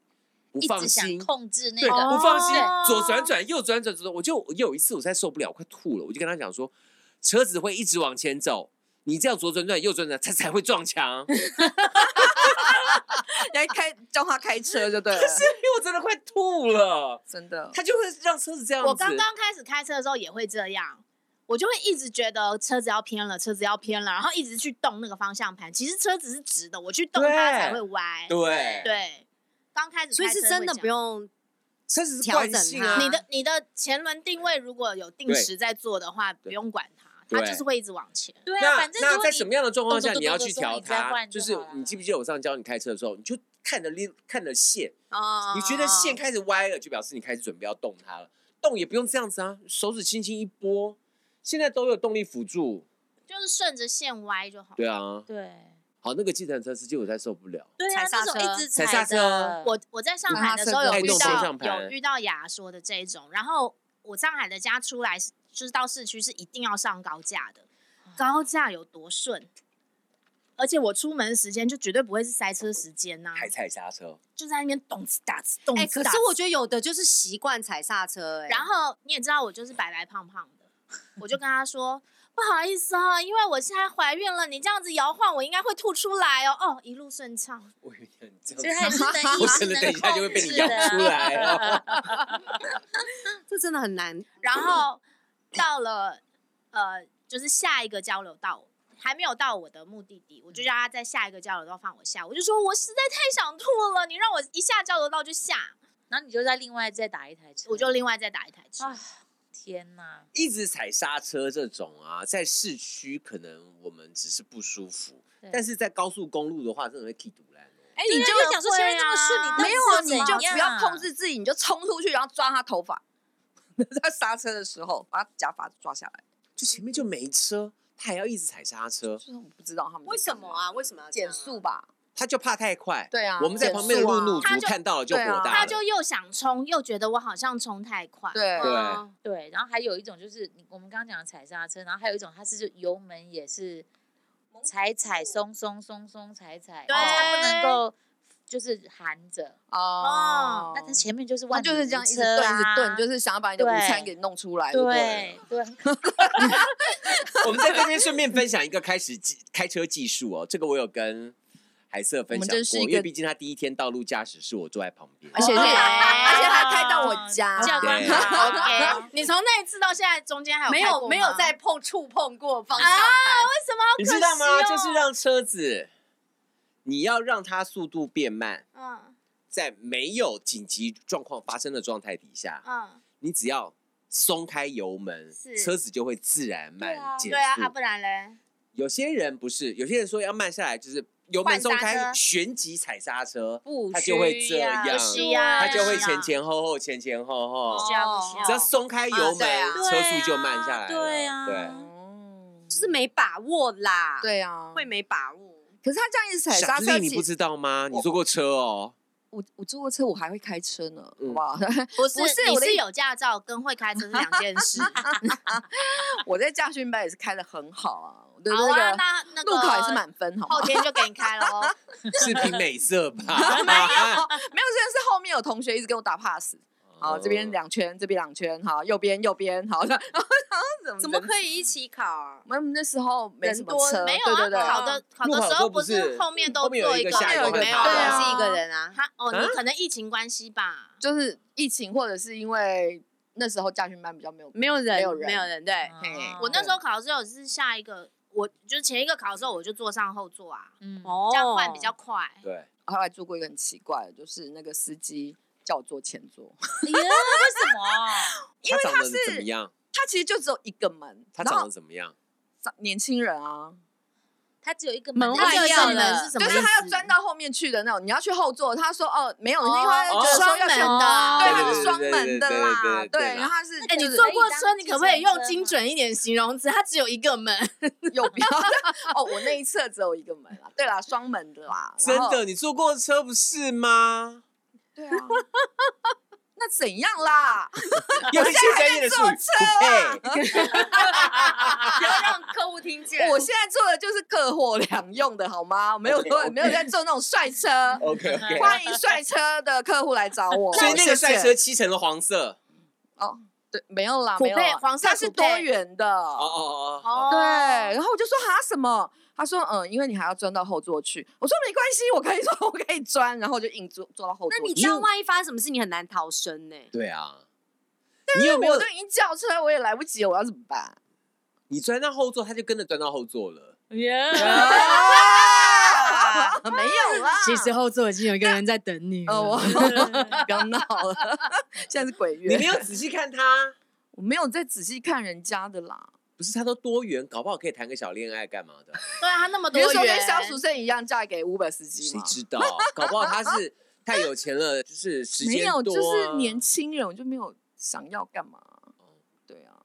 Speaker 4: 不
Speaker 2: 一
Speaker 4: 放
Speaker 2: 直想
Speaker 4: 心，
Speaker 2: 控制那
Speaker 4: 对，啊
Speaker 2: 个，
Speaker 4: 不放心
Speaker 2: 对，
Speaker 4: 左转转，右转转，左转。我就有一次我实在受不了，我快吐了，我就跟他讲说，车子会一直往前走，你这样左转转，右转转，它才会撞墙。因
Speaker 3: 要开叫他开 车就对了，
Speaker 4: 为我真的快吐了，
Speaker 3: 真的。
Speaker 4: 他就会让车子这样子。
Speaker 1: 我刚刚开始开车的时候也会这样，我就会一直觉得车子要偏了，车子要偏了，然后一直去动那个方向盘。其实车子是直的，我去动它
Speaker 4: 对
Speaker 1: 才会歪。
Speaker 4: 对，
Speaker 1: 对，刚开始
Speaker 5: 所以
Speaker 1: 开
Speaker 5: 是
Speaker 1: 车
Speaker 5: 真
Speaker 1: 会
Speaker 5: 的
Speaker 1: 这
Speaker 5: 不
Speaker 1: 样。
Speaker 5: 用
Speaker 4: 车子是
Speaker 5: 调
Speaker 4: 惯
Speaker 5: 整
Speaker 4: 性啊
Speaker 5: 它。
Speaker 1: 你的你的前轮定位如果有定时在做的话，不用管它，它
Speaker 4: 对
Speaker 1: 就是会一直往前。
Speaker 2: 对啊，
Speaker 4: 那
Speaker 2: 反正如
Speaker 4: 那
Speaker 2: 果
Speaker 4: 在
Speaker 2: 你
Speaker 4: 什么样的状况下
Speaker 2: 动动动
Speaker 4: 你要
Speaker 2: 动
Speaker 4: 去
Speaker 2: 动动
Speaker 4: 调
Speaker 2: 你再
Speaker 4: 它？
Speaker 2: 换
Speaker 4: 就
Speaker 2: 就是好了
Speaker 4: 你记不记得我上次教你开车的时候，你就看着拎看着线，
Speaker 5: 哦，
Speaker 4: 你觉得
Speaker 1: 嗯
Speaker 4: 线开始歪了，就表示你开始准备要动它了。动也不用这样子啊，手指轻轻一拨，现在都有动力辅助。
Speaker 1: 就是顺着线歪就好。
Speaker 4: 对啊，
Speaker 2: 对
Speaker 4: 好，那个计程车司机我再受不了。
Speaker 2: 对啊，
Speaker 5: 踩
Speaker 2: 那
Speaker 5: 刹
Speaker 2: 种一直
Speaker 4: 踩
Speaker 2: 踩
Speaker 4: 刹车
Speaker 2: 的
Speaker 1: 我我在上海的时候
Speaker 3: 拉
Speaker 1: 有
Speaker 3: 伸
Speaker 1: 遇
Speaker 4: 带动方向
Speaker 1: 到
Speaker 4: 盘
Speaker 1: 有遇到雅说的这一种，然后我上海的家出来是就是到市区是一定要上高架的，高架有多顺，而且我出门的时间就绝对不会是塞车时间呐、
Speaker 4: 还踩刹车，
Speaker 1: 就在那边咚哧打哧咚
Speaker 5: 哎、
Speaker 1: 哧
Speaker 5: 可
Speaker 1: 打哧。
Speaker 5: 是我觉得有的就是习惯踩刹车、哎，
Speaker 1: 然后你也知道我就是白白胖胖的，我就跟他说。不好意思哦，因为我现在怀孕了，你这样子摇晃，我应该会吐出来哦。哦，一路顺畅，
Speaker 4: 我以为你很
Speaker 2: 所以他也是能
Speaker 4: 我
Speaker 2: 意识
Speaker 4: 可能
Speaker 2: 能
Speaker 4: 等一下就会被你咬出来哦。
Speaker 5: 这真的很难，
Speaker 1: 然后到了呃，就是下一个交流道，还没有到我的目的地，我就叫他在下一个交流道放我下。我就说我实在太想吐了，你让我一下交流道就下，
Speaker 2: 然后你就再另外再打一台车，
Speaker 1: 我就另外再打一台车。
Speaker 2: 啊，天哪！
Speaker 4: 一直踩刹车这种啊，在市区可能我们只是不舒服，
Speaker 2: 对
Speaker 4: 但是在高速公路的话，真的会踢堵烂哦。
Speaker 3: 哎，
Speaker 2: 你就会想说前面这么顺，你到底
Speaker 3: 没有啊，
Speaker 2: 是
Speaker 3: 你
Speaker 2: 要
Speaker 3: 就
Speaker 2: 怎
Speaker 3: 不要
Speaker 2: 样
Speaker 3: 控制自己，你就冲出去，然后抓他头发，在刹车的时候把他假发抓下来。
Speaker 4: 就前面就没车，他还要一直踩刹车，
Speaker 3: 就是我不知道他们
Speaker 5: 为什么？啊？为什么要这
Speaker 3: 减
Speaker 5: 样啊
Speaker 3: 速？吧，
Speaker 4: 他就怕太快。
Speaker 3: 对啊
Speaker 4: 我们在旁边的路怒
Speaker 1: 他
Speaker 4: 族
Speaker 1: 就
Speaker 4: 看到了就火
Speaker 3: 对啊
Speaker 4: 大
Speaker 1: 他
Speaker 4: 了。
Speaker 1: 就又想冲，又觉得我好像冲太快。
Speaker 3: 对
Speaker 4: 对
Speaker 5: 啊
Speaker 2: 对，然后还有一种就是你我们刚刚讲的踩刹车，然后还有一种它是就油门也是踩踩松松松松踩踩，
Speaker 1: 对
Speaker 2: 它不能够就是含着，
Speaker 1: 哦
Speaker 2: 那它前面就是
Speaker 3: 他
Speaker 2: 万
Speaker 3: 就是
Speaker 2: 里
Speaker 3: 这样
Speaker 2: 无
Speaker 3: 一直顿
Speaker 2: 车
Speaker 3: 一直
Speaker 2: 啊
Speaker 3: 顿，就是想要把你的午餐
Speaker 2: 对
Speaker 3: 给弄出来，对了
Speaker 2: 对对，很可
Speaker 4: 我们在这边顺便分享一个开始技开车技术哦，这个我有跟海瑟分
Speaker 3: 我
Speaker 4: 享
Speaker 3: 们这是
Speaker 4: 过，
Speaker 3: 一
Speaker 4: 因
Speaker 3: 个哦
Speaker 4: 为毕竟他第一天道路驾驶是我坐在旁边，
Speaker 3: 而且是，
Speaker 1: 对
Speaker 3: 而且还开到我家，
Speaker 1: 哦教官
Speaker 4: 对
Speaker 1: 好，OK。你从那一次到现在中间还有
Speaker 5: 没
Speaker 1: 开过
Speaker 5: 有
Speaker 1: 吗
Speaker 5: 没有再碰触碰过方向
Speaker 1: 啊
Speaker 5: 盘，
Speaker 1: 为什么？
Speaker 4: 你知道吗？
Speaker 1: 可惜
Speaker 4: 就
Speaker 1: 哦
Speaker 4: 是让车子，你要让它速度变慢，
Speaker 1: 嗯
Speaker 4: 在没有紧急状况发生的状态底下，
Speaker 1: 嗯，
Speaker 4: 你只要松开油门
Speaker 1: 是，
Speaker 4: 车子就会自然
Speaker 2: 对
Speaker 4: 慢
Speaker 2: 啊
Speaker 4: 减
Speaker 1: 对啊，啊
Speaker 4: 速
Speaker 1: 不。然
Speaker 4: 嗯
Speaker 1: 嘞，
Speaker 4: 有些人不是，有些人说要慢下来，就是油门
Speaker 1: 换刹
Speaker 4: 松开，
Speaker 1: 车
Speaker 4: 旋即踩刹车，
Speaker 2: 不
Speaker 4: 他就会
Speaker 2: 需
Speaker 4: 这
Speaker 2: 要
Speaker 4: 样
Speaker 1: 不需要，
Speaker 4: 它就会
Speaker 1: 不需要
Speaker 4: 前前后后，前前后后
Speaker 1: 不。需要不需要，
Speaker 2: 哦
Speaker 4: 只要松开油门，
Speaker 5: 啊对啊
Speaker 4: 车速就慢下来了。
Speaker 2: 对啊对啊
Speaker 3: 哦
Speaker 5: 就是没把握啦，，
Speaker 3: 对啊，
Speaker 5: 会没把握。
Speaker 3: 可是他这样一直踩
Speaker 4: 对，
Speaker 3: 刹
Speaker 4: 小
Speaker 3: 车，
Speaker 4: 丽你不
Speaker 3: 其实
Speaker 4: 知道吗？
Speaker 3: 我
Speaker 4: 你坐过车哦，
Speaker 3: 我我坐过车，我还会开车呢，
Speaker 4: 嗯
Speaker 3: 好不好？
Speaker 1: 不是
Speaker 3: 不是
Speaker 1: 你
Speaker 3: 我的
Speaker 1: 是
Speaker 3: 意
Speaker 1: 有驾照跟会开车是两件事。啊
Speaker 3: 我在驾训班也是开的很好啊，我的
Speaker 1: 好啊，
Speaker 3: 那
Speaker 1: 那那
Speaker 3: 个
Speaker 1: 个
Speaker 3: 路考也是满分，好吗
Speaker 1: 后？天就给你开了哦。
Speaker 4: 是凭美色吧？
Speaker 3: 没有，没有，真的是后面有同学一直给我打 pass。好，这
Speaker 4: 哦
Speaker 3: 边两圈，这边两圈，好，右边右边，好， 然后然后怎么
Speaker 5: 怎么
Speaker 3: 以？
Speaker 5: 可以一起考啊？
Speaker 3: 我们那时候没什么
Speaker 5: 人多
Speaker 3: 车，
Speaker 1: 嗯没有
Speaker 3: 对对对
Speaker 1: 啊，，考的考
Speaker 4: 路
Speaker 1: 的
Speaker 4: 考
Speaker 1: 时候
Speaker 4: 都不
Speaker 1: 是
Speaker 4: 是
Speaker 1: 后面都
Speaker 4: 后面有
Speaker 1: 做
Speaker 4: 一个
Speaker 1: 没
Speaker 4: 下
Speaker 5: 没
Speaker 4: 一
Speaker 5: 有
Speaker 4: 个
Speaker 1: 有
Speaker 4: 会
Speaker 1: 没有
Speaker 4: 考
Speaker 5: 我
Speaker 3: 对啊
Speaker 1: 的
Speaker 5: 是一个人啊。
Speaker 1: 他哦，你
Speaker 4: 啊
Speaker 1: 可能疫情关系吧。
Speaker 3: 就是疫情或者是因为那时候驾训班比较没有，
Speaker 5: 没有人，
Speaker 3: 没有人
Speaker 5: 没有人，对，
Speaker 2: 啊
Speaker 3: 嘿
Speaker 1: 我那时候考的时候是下一个，我就是前一个考的时候我就坐上后座啊，
Speaker 2: 嗯，
Speaker 5: 哦
Speaker 1: 这样换比较快。
Speaker 4: 对，
Speaker 3: 后来做过一个很奇怪的，就是那个司机叫我坐前座，
Speaker 2: 哎呀，为什么？
Speaker 4: 因为他长得
Speaker 3: 是
Speaker 4: 怎么样？
Speaker 3: 他其实就只有一个门，
Speaker 4: 他
Speaker 3: 然
Speaker 4: 长
Speaker 3: 后
Speaker 4: 得怎么样？
Speaker 3: 年轻人啊，
Speaker 2: 他只有一个
Speaker 5: 门
Speaker 2: 他只有
Speaker 5: 外
Speaker 2: 一个
Speaker 5: 要
Speaker 2: 门
Speaker 5: 了
Speaker 2: 是什
Speaker 1: 怎
Speaker 2: 么
Speaker 1: 么
Speaker 3: 就
Speaker 1: 意
Speaker 3: 是他要
Speaker 1: 思
Speaker 3: 钻到后面去的那种，你要去后座，他说哦没有，因
Speaker 5: 哦
Speaker 3: 为他觉得说要选
Speaker 1: 哦双门
Speaker 3: 对，
Speaker 1: 的
Speaker 3: 他是双门的啦
Speaker 4: 对对对对对，对
Speaker 3: 然后他是
Speaker 1: 哎、
Speaker 3: 就
Speaker 1: 你
Speaker 3: 是
Speaker 1: 坐过车，你可不可以用精准一点形容词？它只有一个门，
Speaker 3: 有标哦，我那一侧只有一个门啦，对啦，双门的啦，
Speaker 4: 真
Speaker 3: 然后
Speaker 4: 的，你坐过车不是吗？
Speaker 3: 对啊，那怎样啦？
Speaker 4: 有一些专业的术
Speaker 3: 啊
Speaker 4: 语，对，
Speaker 5: 不要让客户听见
Speaker 3: 我现在做的就是客货两用的好吗？没有
Speaker 4: OK，OK
Speaker 3: 没有在做那种帅车，
Speaker 4: OK OK，
Speaker 3: 欢迎帅车的客户来找我。
Speaker 4: 所以那个
Speaker 3: 帅
Speaker 4: 赛车七成的黄色，
Speaker 3: 哦，对，没有啦，
Speaker 1: 普
Speaker 3: 没有
Speaker 1: 配
Speaker 3: 啦，
Speaker 1: 黄色
Speaker 3: 它是
Speaker 1: 普配
Speaker 3: 多元的
Speaker 4: 哦哦哦
Speaker 1: 哦
Speaker 4: 哦，
Speaker 3: 对，然后我就说哈什么？他说嗯，因为你还要钻到后座去。我说没关系，我可以钻，我可以钻，然后我就硬钻钻到后座去。
Speaker 5: 那你这样万一发生什么事，你很难逃生呢、
Speaker 4: 对啊，你有没有
Speaker 3: 我都已经叫车，我也来不及了，我要怎么办？
Speaker 4: 你钻到后座，他就跟着钻到后座了？
Speaker 2: 呀，
Speaker 3: 啊 没有啦，
Speaker 1: 后座已经有一个人在等
Speaker 4: 哎
Speaker 1: 你
Speaker 3: 呃， 我不要闹了，现在是鬼月，
Speaker 4: 你没有仔细看他？
Speaker 3: 我没有再仔细看人家的啦。
Speaker 4: 不是，他都多元，搞不好可以谈个小恋爱干嘛的？
Speaker 1: 对啊，他那么
Speaker 3: 比
Speaker 1: 多
Speaker 3: 如说
Speaker 1: 元
Speaker 3: 跟萧淑慎一样嫁给 Uber 司机
Speaker 4: 谁
Speaker 3: 嘛？
Speaker 4: 知道？ 搞不好他是太有钱了，就是时
Speaker 3: 没
Speaker 4: 间
Speaker 3: 有，
Speaker 4: 多、
Speaker 3: 就
Speaker 4: 啊，哦
Speaker 3: 是年。轻人，我就没有想要干嘛。对啊，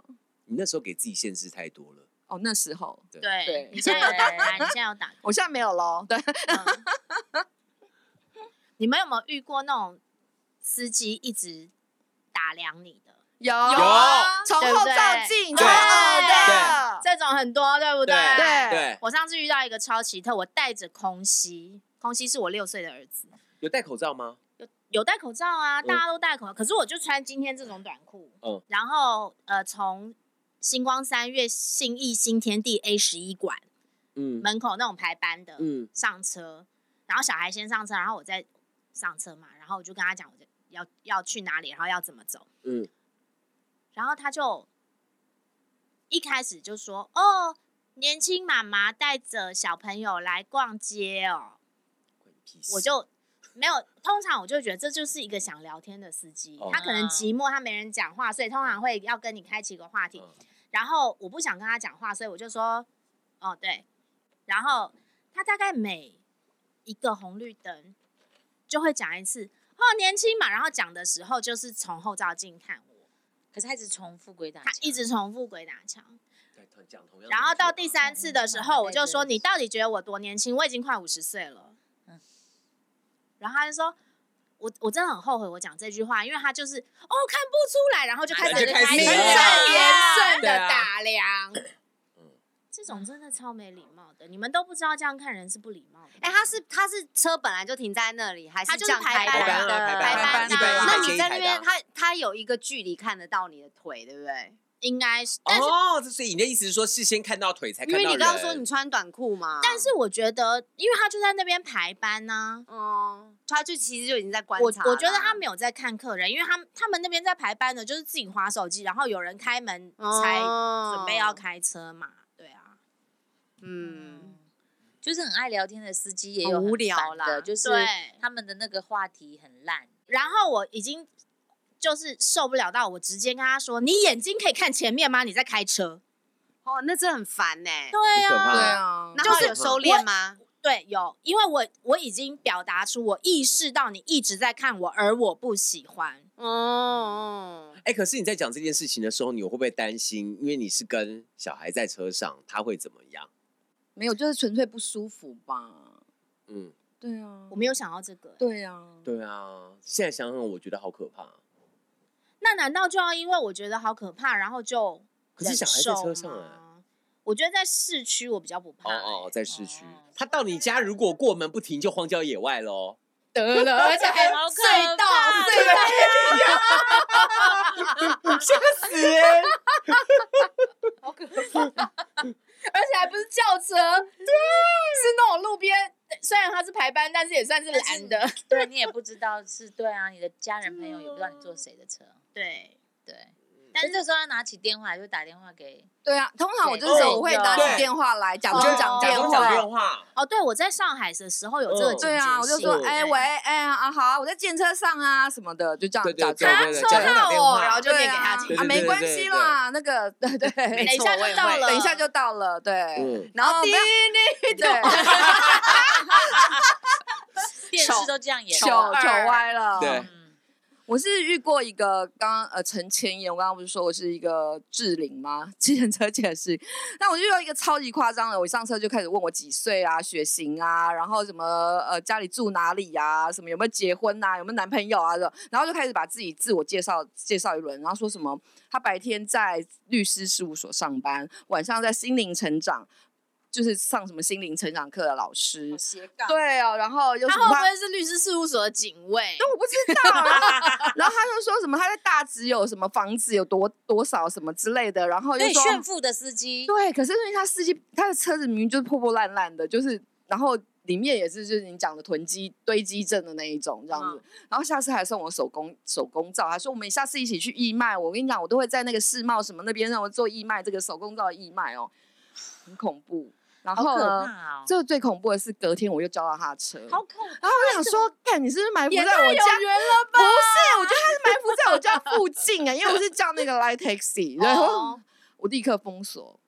Speaker 4: 你那时候给自己限制太多了，
Speaker 3: 哦，那时候
Speaker 1: 对
Speaker 3: 对，
Speaker 1: 你现在有打开，你现在有打开。
Speaker 3: 我现在没有喽。对，
Speaker 1: 嗯你们有没有遇过那种司机一直打量你的？
Speaker 3: 有
Speaker 4: 有
Speaker 3: 从
Speaker 1: 对不
Speaker 3: 后
Speaker 1: 对
Speaker 3: 照镜，
Speaker 4: 对
Speaker 3: 超恶的。
Speaker 1: 这种很多，对不
Speaker 4: 对
Speaker 3: 对
Speaker 4: 对，
Speaker 1: 我上次遇到一个超奇特，我带着空西，空西是我六岁的儿子，
Speaker 4: 有戴口罩吗？
Speaker 1: 有戴口罩啊，
Speaker 4: 嗯
Speaker 1: 大家都戴口罩，可是我就穿今天这种短裤，
Speaker 4: 嗯
Speaker 1: 然后呃，从星光三月信义新天地 A 十一馆
Speaker 4: 嗯
Speaker 1: 门口那种排班的，
Speaker 4: 嗯，
Speaker 1: 上车，然后小孩先上车，然后我再上车嘛，然后我就跟他讲我就要要去哪里，然后要怎么走，
Speaker 4: 嗯，
Speaker 1: 然后他就一开始就说：“哦，年轻妈妈带着小朋友来逛街哦。
Speaker 4: 关你屁”事
Speaker 1: 我就没有，通常我就觉得这就是一个想聊天的司机，
Speaker 4: 哦
Speaker 1: 他可能寂寞，他没人讲话，所以通常会要跟你开启一个话题。
Speaker 4: 嗯
Speaker 1: 然后我不想跟他讲话，所以我就说，哦对，然后他大概每一个红绿灯就会讲一次，哦年轻嘛，然后讲的时候就是从后照镜看我，
Speaker 2: 可是他一直重复鬼打
Speaker 1: 他
Speaker 2: 墙，
Speaker 1: 一直重复鬼打墙，
Speaker 4: 在同讲同样的
Speaker 1: 然后到
Speaker 4: 句
Speaker 1: 第
Speaker 4: 话
Speaker 1: 三次的时候，我就说
Speaker 2: 嗯
Speaker 1: 你到底觉得我多年轻？我已经快五十岁了
Speaker 2: 嗯。
Speaker 1: 然后他就说。我我真的很后悔我讲这句话，因为他就是哦看不出来，然后就开始
Speaker 4: 就开始
Speaker 1: 名正
Speaker 4: 了
Speaker 1: 言顺
Speaker 4: 对
Speaker 1: 的
Speaker 4: 啊
Speaker 1: 打量，
Speaker 4: 嗯
Speaker 1: 这种真的超没礼貌的，你们都不知道这样看人是不礼貌的。
Speaker 5: 哎、他是他是车本来就停在那里，还
Speaker 1: 他就是
Speaker 5: 这样
Speaker 1: 排
Speaker 5: 开
Speaker 1: 班
Speaker 5: 的？
Speaker 4: 啊
Speaker 1: 排
Speaker 4: 班啊
Speaker 1: 班啊
Speaker 4: 一般一
Speaker 5: 那
Speaker 4: 般
Speaker 5: 你
Speaker 4: 先
Speaker 5: 在
Speaker 4: 排
Speaker 5: 那
Speaker 4: 的啊
Speaker 5: 边，他他有一个距离看得到你的腿，对不对？
Speaker 1: 应该是，但是、
Speaker 4: 哦，所以你的意思是说，事先看到腿才
Speaker 5: 因
Speaker 4: 看到
Speaker 5: 为
Speaker 4: 人？
Speaker 5: 你刚刚说你穿短裤嘛，
Speaker 1: 但是我觉得，因为他就在那边排班啊呢、
Speaker 5: 嗯，他就其实就已经在观
Speaker 1: 我
Speaker 5: 察
Speaker 1: 我觉得
Speaker 5: 啦
Speaker 1: 他没有在看客人，因为他们他们那边在排班的，就是自己划手机，然后有人开门
Speaker 4: 哦
Speaker 1: 才准备要
Speaker 5: 哦
Speaker 1: 开车嘛，对啊，
Speaker 5: 嗯，
Speaker 2: 就是很爱聊天的司机也
Speaker 5: 很
Speaker 2: 有
Speaker 5: 无
Speaker 2: 很
Speaker 5: 聊
Speaker 2: 烦的
Speaker 5: 啦
Speaker 2: 就是
Speaker 1: 对
Speaker 2: 他们的那个话题很烂。
Speaker 1: 然后我已经就是受不了到我直接跟他说：“你眼睛可以看前面吗？你在开车。
Speaker 5: 哦，那真的很烦呢、”
Speaker 1: 对
Speaker 4: 很可
Speaker 1: 啊
Speaker 4: 怕，
Speaker 3: 对啊，
Speaker 5: 那
Speaker 1: 就
Speaker 5: 后
Speaker 1: 是
Speaker 5: 有收敛吗？
Speaker 1: 对，有，因为我我已经表达出我意识到你一直在看我，而我不喜欢。
Speaker 5: 哦，
Speaker 4: 哎、可是你在讲这件事情的时候，你会不会担心？因为你是跟小孩在车上，他会怎么样？
Speaker 3: 没有，就是纯粹不舒服吧。
Speaker 4: 嗯，
Speaker 3: 对啊
Speaker 1: 我，没有想到这个、欸
Speaker 3: 对啊，
Speaker 4: 对啊，现在想想我觉得好可怕。
Speaker 1: 那难道就要因为我觉得好可怕，然后就
Speaker 4: 可是小孩在车上
Speaker 1: 忍受
Speaker 4: 啊，
Speaker 1: 吗？我觉得在市区我比较
Speaker 3: 嗯
Speaker 1: 不怕、
Speaker 4: 哦
Speaker 1: 欸。
Speaker 4: 哦，在市区
Speaker 2: 哦，
Speaker 4: 他到你家如果过门不停，就荒郊野外喽。
Speaker 3: 得了，而且还
Speaker 2: 好可
Speaker 3: 隧道
Speaker 2: 怕
Speaker 3: 隧道
Speaker 4: 吓死人！
Speaker 6: 而且还不是轿车，对，是那种路边，虽然它是排班，但是也算是
Speaker 2: 但是
Speaker 6: 蓝的。
Speaker 2: 你对你也不知道是对啊，你的家人朋友也不知道你坐谁的车，
Speaker 1: 对，
Speaker 2: 对。
Speaker 4: 嗯
Speaker 2: 但是这时候要拿起电话，就打电话给
Speaker 3: 对啊，通常我
Speaker 2: 对
Speaker 3: 这时候
Speaker 4: 对
Speaker 3: 我会
Speaker 2: 有
Speaker 3: 拿
Speaker 4: 对
Speaker 3: 起电话来讲
Speaker 1: 哦
Speaker 3: 中讲
Speaker 4: 假
Speaker 3: 电
Speaker 4: 装
Speaker 3: 话
Speaker 4: 讲。电话，
Speaker 1: 哦，对，我在上海的时候有这个
Speaker 4: 嗯
Speaker 1: 警
Speaker 3: 对啊，我就
Speaker 1: 觉性
Speaker 3: 说，哎、
Speaker 1: 对
Speaker 3: 喂，哎、啊，好啊，我在电车上啊，什么的，就这样
Speaker 4: 对对
Speaker 3: 假
Speaker 4: 对
Speaker 3: 装。
Speaker 4: 对对，
Speaker 6: 抽
Speaker 4: 假装
Speaker 6: 到
Speaker 4: 打电
Speaker 6: 我，
Speaker 4: 话，
Speaker 6: 然后就
Speaker 3: 对
Speaker 6: 给给
Speaker 3: 啊
Speaker 6: 他听。
Speaker 4: 对
Speaker 3: 啊，
Speaker 4: 对
Speaker 3: 没
Speaker 4: 对
Speaker 3: 关
Speaker 4: 对
Speaker 3: 系
Speaker 4: 对
Speaker 3: 啦，那个，对对，
Speaker 1: 等一下
Speaker 5: 没错我
Speaker 1: 就
Speaker 5: 也
Speaker 1: 到
Speaker 5: 会
Speaker 1: 了，
Speaker 3: 等一下就到了，对，
Speaker 4: 嗯，
Speaker 3: 然后
Speaker 5: 滴
Speaker 3: 滴，对，
Speaker 2: 电视都这样演
Speaker 3: 糗
Speaker 2: 了，
Speaker 3: 糗歪了，
Speaker 4: 对
Speaker 2: 嗯，
Speaker 3: 我是遇过一个刚刚呃陈千言，我刚刚不是说我是一个智龄吗？计程车解释，那我就遇到一个超级夸张的，我一上车就开始问我几岁啊、血型啊，然后什么呃家里住哪里啊，什么有没有结婚啊，有没有男朋友啊的，然后就开始把自己自我介绍介绍一轮，然后说什么他白天在律师事务所上班，晚上在心灵成长，就是上什么心灵成长课的老师，
Speaker 5: 斜杠
Speaker 3: 对哦，然后又
Speaker 6: 他
Speaker 3: 什么
Speaker 6: 会不会是律师事务所的警卫？
Speaker 3: 我不知道。然后， 然后他就说什么他在大直有什么房子有多多少什么之类的，然后又
Speaker 2: 对，
Speaker 3: 说
Speaker 2: 炫富的司机，
Speaker 3: 对，可是因为他司机他的车子明明就是破破烂烂的，就是然后里面也是就是你讲的囤积堆积症的那一种这样
Speaker 2: 嗯
Speaker 3: 子。然后下次还送我手工手工皂，还说我们下次一起去义卖。我跟你讲，我都会在那个世贸什么那边让我做义卖这个手工皂的义卖哦，很恐怖。然
Speaker 1: 啊
Speaker 2: 好
Speaker 3: 后
Speaker 2: 可
Speaker 3: 呢，
Speaker 2: 怕哦！
Speaker 3: 这最恐怖的是隔天我又叫到他的车，
Speaker 2: 好可怕，
Speaker 3: 然后我就想说，看你是不是埋伏
Speaker 6: 也
Speaker 3: 在我
Speaker 6: 太有
Speaker 3: 家？
Speaker 6: 缘了吧
Speaker 3: 不！是，我觉得他是埋伏在我家附近 啊，因为我是叫那个 Light Taxi，然后
Speaker 6: 哦
Speaker 3: 我立刻封锁，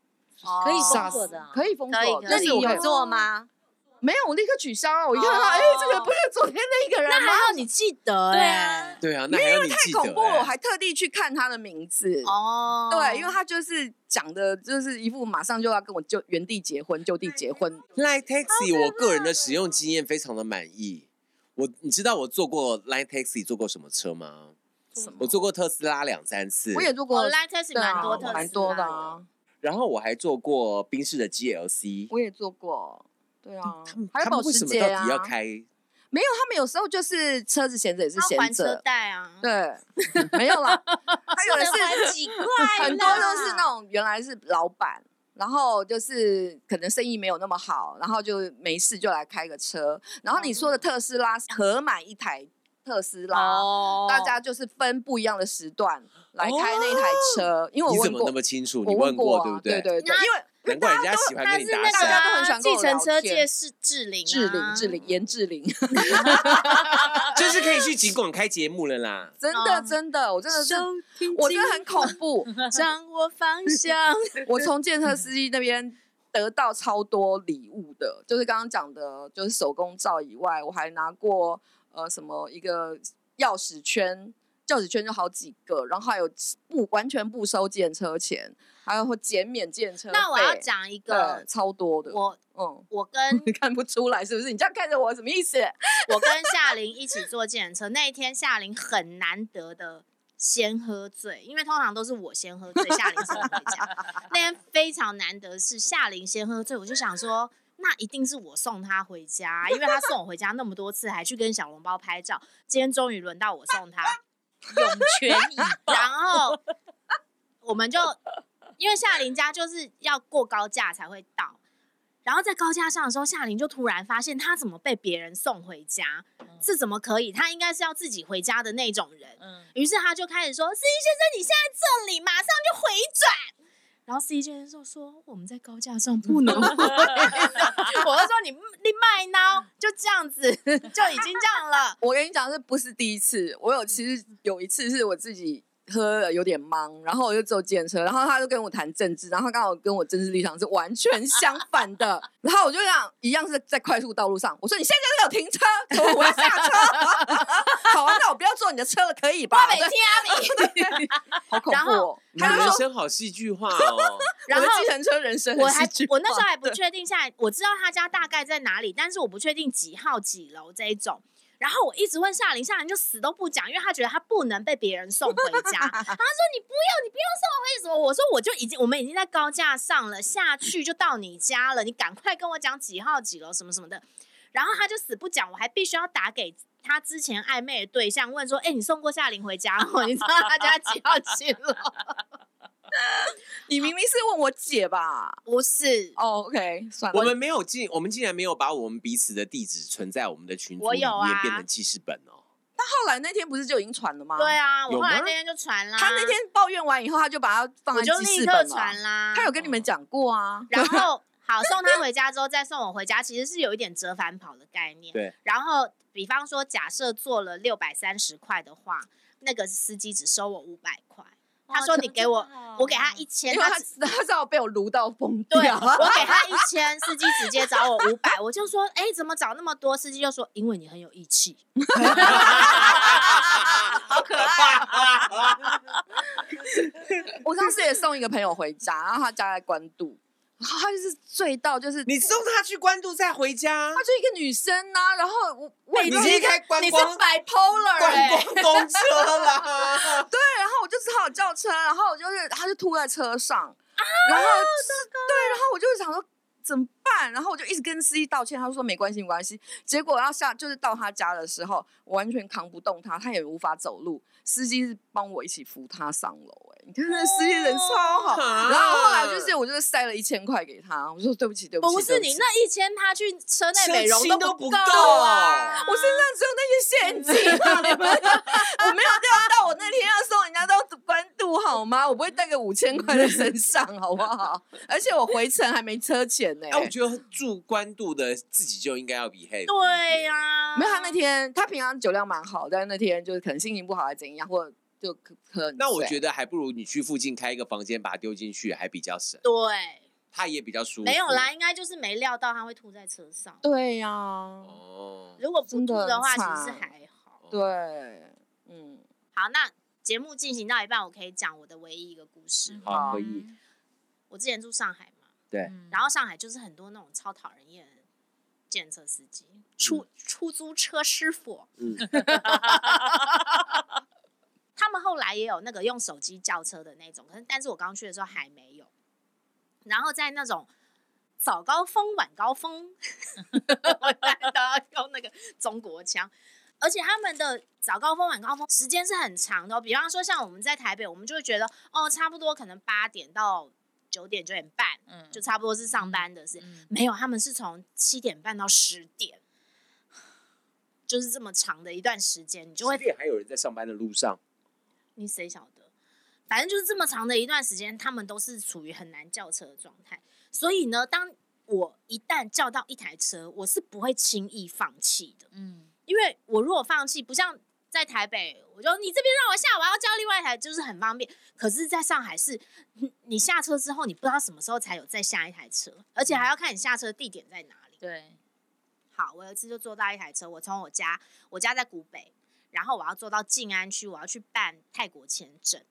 Speaker 2: 可以
Speaker 3: 吓
Speaker 2: 封
Speaker 3: 死
Speaker 2: 锁的啊，
Speaker 3: 可以封
Speaker 1: 哦可以
Speaker 3: 锁，
Speaker 1: 可以
Speaker 5: 那
Speaker 3: 但
Speaker 5: 你
Speaker 3: 是我可以
Speaker 5: 有做吗？
Speaker 3: 没有，我立刻取消啊！我一看到，
Speaker 6: 哦
Speaker 3: 哎，这个不是昨天那个人
Speaker 1: 那
Speaker 3: 吗？
Speaker 1: 还好你记得
Speaker 2: 对
Speaker 1: 哎、
Speaker 2: 啊，
Speaker 4: 对啊，那还要你
Speaker 3: 太
Speaker 4: 记得
Speaker 3: 恐怖了，
Speaker 4: 欸
Speaker 3: 我还特地去看他的名字。
Speaker 1: 哦，
Speaker 3: 对，因为他就是讲的，就是一副马上就要跟我就原地结婚，就地结婚。
Speaker 4: Line Taxi，我个
Speaker 3: 啊
Speaker 4: 人的使用经验非常的满意。我你知道我坐过 Line Taxi 坐过什么车吗？
Speaker 3: 什么
Speaker 4: 我坐过特斯拉两三次，
Speaker 3: 我也做过
Speaker 1: 我 l，i g h t
Speaker 3: 对
Speaker 1: test
Speaker 3: 啊
Speaker 1: 哦蛮多特斯拉
Speaker 3: 蛮多的，啊，
Speaker 4: 然后我还坐过宾士的 GLC。
Speaker 3: 我也做过。对
Speaker 1: 嗯
Speaker 3: 啊，还有
Speaker 4: 他
Speaker 3: 保
Speaker 4: 们为
Speaker 3: 时
Speaker 4: 什么
Speaker 3: 捷
Speaker 4: 到
Speaker 3: 啊
Speaker 4: 底，要开？
Speaker 3: 没有，他们有时候就是车子闲着也是
Speaker 1: 他还
Speaker 3: 闲
Speaker 1: 车
Speaker 3: 着，
Speaker 1: 贷啊，
Speaker 3: 对，没有 啦，还有的是
Speaker 2: 很几块，
Speaker 3: 很多都是那种原来是老板，然后就是可能生意没有那么好，然后就没事就来开个车。然后你说的特斯拉合买一台特斯拉，
Speaker 6: 哦
Speaker 3: 大家就是分不一样的时段来开那台车，因为我
Speaker 4: 你怎
Speaker 3: 问
Speaker 4: 么
Speaker 3: 过
Speaker 4: 那，么清楚？你
Speaker 3: 我问
Speaker 4: 过
Speaker 3: 啊
Speaker 4: 对不
Speaker 3: 对？对对，
Speaker 1: 那
Speaker 3: 因为
Speaker 4: 难怪人家喜欢
Speaker 1: 他
Speaker 4: 跟
Speaker 1: 是
Speaker 4: 你搭
Speaker 1: 那
Speaker 3: 大
Speaker 1: 个
Speaker 3: 家
Speaker 4: 讪。
Speaker 3: 都很喜
Speaker 1: 啊
Speaker 3: 欢跟
Speaker 1: 计
Speaker 3: 我
Speaker 1: 程
Speaker 3: 聊
Speaker 1: 车
Speaker 3: 天
Speaker 1: 界是志玲、啊，
Speaker 3: 志玲志玲严志玲，
Speaker 4: 就是可以去尽管开节目了啦。
Speaker 3: 真的真的，我真的是。
Speaker 5: 听
Speaker 3: 我真的 很恐怖，
Speaker 1: 掌握 方向，
Speaker 3: 我从建车司机那边得到超多礼物的，就是刚刚讲的，就是手工皂以外，我还拿过呃什么一个钥匙圈，钥匙圈就好几个，然后还有不完全不收建车钱，还有会减免建车费。
Speaker 1: 那我要讲一
Speaker 3: 对
Speaker 1: 个，
Speaker 3: 超多的，
Speaker 1: 我
Speaker 3: 嗯，
Speaker 1: 我跟
Speaker 3: 你看不出来是不是？你这样看着我什么意思？
Speaker 1: 我跟夏琳一起坐计程车，那一天夏琳很难得的先喝醉，因为通常都是我先喝醉，夏琳先回家。那天非常难得是夏琳先喝醉，我就想说。那一定是我送她回家，因为她送我回家那么多次，还去跟小笼包拍照。今天终于轮到我送她，
Speaker 2: 涌泉以
Speaker 1: 然后我们就因为夏琳家就是要过高架才会到，然后在高架上的时候，夏琳就突然发现她怎么被别人送回家，这怎么可以？她应该是要自己回家的那种人。
Speaker 2: 哦嗯，
Speaker 1: 于是她就开始说：“司机先生，你现在这里，马上就回转。”然后司机先生就说：“我们在高架上不能回。” 我就说：“你你卖呢？就这样子，就已经这样了。”嗯
Speaker 3: 我跟你讲，这不是第一次，我有其实有一次是我自己。喝了有点懵，然后我就坐电车，然后他就跟我谈政治，然后他刚好跟我政治立场是完全相反 的，然后我就让一样是在快速道路上，我说你现在就给我停车，可我要下车， 好啊，那我不要坐你的车了，可以吧？
Speaker 6: 每天
Speaker 3: 好恐
Speaker 1: 然
Speaker 3: 怖、
Speaker 1: 后
Speaker 3: 哦，
Speaker 4: 你
Speaker 3: 他
Speaker 4: 的
Speaker 3: 就
Speaker 4: 人
Speaker 3: 说
Speaker 4: 生好戏剧化哦。
Speaker 1: 然后
Speaker 3: 我的计程车人 生很
Speaker 1: 我还
Speaker 3: 戏剧
Speaker 1: 我那时候
Speaker 3: 化
Speaker 1: 还不确定下来，我知道他家大概在哪里，但是我不确定几号几楼这一种。然后我一直问夏琳，夏琳就死都不讲，因为她觉得她不能被别人送回家。她说：“你不要，你不要送我回什么？”我说：“我就已经，我们已经在高架上了，下去就到你家了，你赶快跟我讲几号几楼什么什么的。”然后他就死不讲，我还必须要打给他之前暧昧的对象问说：“哎、你送过夏琳回家吗？你知道他家几号几楼
Speaker 3: 你明明是问我姐吧？”？
Speaker 1: 不是，
Speaker 3: 哦、o k 算了，
Speaker 4: 我们没有进，我们竟然没有把我们彼此的地址存在我们的群组
Speaker 1: 我
Speaker 4: 里
Speaker 1: 有
Speaker 4: 面，
Speaker 1: 啊
Speaker 4: 变成记事本哦。
Speaker 3: 后来那天不是就已经传了吗？
Speaker 1: 对啊，我
Speaker 4: 有
Speaker 1: 后来
Speaker 4: 吗
Speaker 1: 那天就传啦。
Speaker 3: 他那天抱怨完以后，他就把它放
Speaker 1: 我
Speaker 3: 在
Speaker 1: 就
Speaker 3: 记
Speaker 1: 立
Speaker 3: 事
Speaker 1: 刻
Speaker 3: 本
Speaker 1: 传
Speaker 3: 了。
Speaker 1: 啦。
Speaker 3: 他有跟你们讲过啊？
Speaker 1: 然后好送他回家之后再送我回家，其实是有一点折返跑的概念。
Speaker 4: 对。
Speaker 1: 然后，比方说，假设做了六百三十块的话，那个司机只收我五百块。他说：“你给我，
Speaker 2: 哦
Speaker 1: 我给他一千，
Speaker 3: 因为
Speaker 1: 他
Speaker 3: 他
Speaker 1: 只
Speaker 3: 他知道被我撸到疯
Speaker 1: 对
Speaker 3: 掉，
Speaker 1: 我给 他一千，司机直接找我五百，我就说：哎，怎么找那么多？司机就说：因为你很有义气。
Speaker 3: 好可爱、我上次也送一个朋友回家，然后他家在关渡，然后他就是醉到就是。
Speaker 4: 你送他去关渡再回家
Speaker 3: 她，就一个女生呐、然后我我
Speaker 4: 你
Speaker 3: 也没有
Speaker 4: 离开观
Speaker 6: 你是
Speaker 4: 光
Speaker 6: bipolar
Speaker 4: 观
Speaker 6: 哎、
Speaker 4: 光公车啦。
Speaker 3: 对，然后我就只好叫车，然后我就是他就吐在车上，然后是对，然后我就想说怎么办，然后我就一直跟司机道歉，他说没关系没关系。结果要下就是到他家的时候，我完全扛不动他，他也无法走路，司机是帮我一起扶他上楼、哎，你看那司机人超好。
Speaker 4: 啊
Speaker 3: 然后后来就是，我就是塞了一千块给他，我说对不起，对不起，
Speaker 1: 不是
Speaker 3: 对
Speaker 1: 你
Speaker 3: 起
Speaker 1: 那一千，他去车内美容
Speaker 4: 车
Speaker 1: 都
Speaker 4: 薪都
Speaker 1: 够
Speaker 4: 不够
Speaker 1: 啊！
Speaker 3: 我身上只有那些现啊金， 我没有料到我那天要送人家到关渡好吗？我不会带个五千块在身上好不好？而且我回程还没车钱 呢、
Speaker 4: 哎，我觉得住关渡的自己就应该要嗯 behave。
Speaker 1: 对啊呀、
Speaker 3: 没有，他那天他平常酒量蛮好，但是那天就是可能心情不好，还怎样，或者就可可
Speaker 4: 那我觉
Speaker 3: 得
Speaker 4: 得还不如你去附近开一个房间，把它丢进去，还比较省，
Speaker 1: 对，
Speaker 4: 他也比较舒服。
Speaker 1: 没有啦，应该就是没料到他会吐在车上。
Speaker 3: 对呀、
Speaker 4: 哦，
Speaker 1: 如果不
Speaker 3: 真
Speaker 1: 吐
Speaker 3: 的
Speaker 1: 的话，
Speaker 3: 很
Speaker 1: 其
Speaker 3: 惨
Speaker 1: 实是还好。
Speaker 3: 对，嗯，
Speaker 1: 好，那节目进行到一半，我可以讲我的唯一一个故
Speaker 2: 嗯
Speaker 1: 事。
Speaker 4: 好可以。
Speaker 1: 我之前住上海嘛，
Speaker 4: 对
Speaker 2: 嗯
Speaker 1: 然后上海就是很多那种超讨人厌的建设司机、出出租车师傅，
Speaker 4: 嗯，
Speaker 1: 他们后来也有那个用手机叫车的那种，可是但是我刚去的时候还没有。然后在那种早高峰、晚高峰， 我大家都要用那个中国腔，而且他们的早高峰、晚高峰时间是很长的哦、比方说，像我们在台北，我们就会觉得哦，差不多可能八点到九点、九点半，
Speaker 2: 嗯
Speaker 1: 就差不多是上班的时间。
Speaker 2: 嗯
Speaker 1: 没有，他们是从七点半到十点，就是这么长的一段时间，你就会
Speaker 4: 这边还有人在上班的路上，
Speaker 1: 你谁晓得？反正就是这么长的一段时间，他们都是处于很难叫车的状态。所以呢，当我一旦叫到一台车，我是不会轻易放弃的，
Speaker 2: 嗯，
Speaker 1: 因为我如果放弃，不像在台北，我就你这边让我下，我要叫另外一台，就是很方便。可是，在上海是，你你下车之后，你不知道什么时候才有再下一台车，而且还要看你下车的地点在哪里。
Speaker 2: 对，
Speaker 1: 好，我有一次就坐到一台车，我从我家，我家在古北，然后我要坐到静安区，我要去办泰国签证，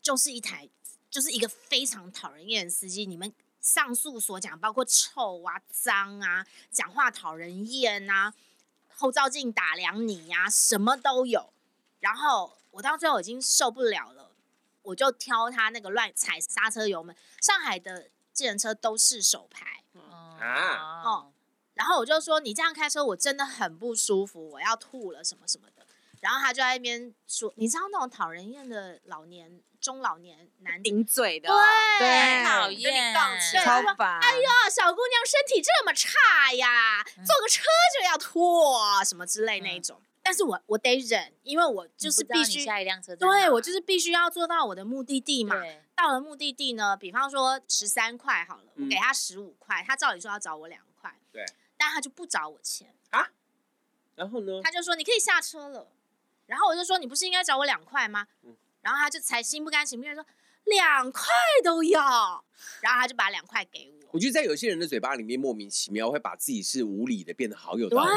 Speaker 1: 就是一台，就是一个非常讨人厌的司机。你们上述所讲，包括臭啊、脏啊、讲话讨人厌啊、后照镜打量你呀、什么都有。然后我到最后已经受不了了，我就挑他那个乱踩刹车油门。上海的计程车都是手牌，
Speaker 2: 嗯
Speaker 4: 啊
Speaker 1: 嗯哦，然后我就说你这样开车我真的很不舒服，我要吐了什么什么的。然后他就在那边说，你知道那种讨人厌的老年中老年男子，
Speaker 5: 顶嘴的，
Speaker 1: 对
Speaker 2: 讨
Speaker 5: 跟你
Speaker 2: 厌，
Speaker 5: 杠起
Speaker 1: 对
Speaker 5: 超
Speaker 1: 他说
Speaker 5: 烦。
Speaker 1: 哎呀，小姑娘身体这么差呀，
Speaker 2: 嗯
Speaker 1: 坐个车就要吐啊什么之类那一种。但是我我得忍，因为我
Speaker 2: 你
Speaker 1: 就
Speaker 2: 不
Speaker 1: 是
Speaker 2: 知道
Speaker 1: 必
Speaker 2: 你
Speaker 1: 须，
Speaker 2: 下一辆车在哪，
Speaker 1: 对我就是必须要坐到我的目的地嘛。
Speaker 2: 对，
Speaker 1: 到了目的地呢，比方说十三块好了，我
Speaker 4: 嗯
Speaker 1: 给他十五块，他照理说要找我两块，
Speaker 4: 对，
Speaker 1: 但他就不找我钱。
Speaker 4: 然后呢？
Speaker 1: 他就说你可以下车了。然后我就说你不是应该找我两块吗？
Speaker 4: 嗯
Speaker 1: 然后他就才心不甘情不愿地说两块都要，然后他就把两块给我
Speaker 4: 我。觉得在有些人的嘴巴里面，莫名其妙会把自己是无理的变得好有道理，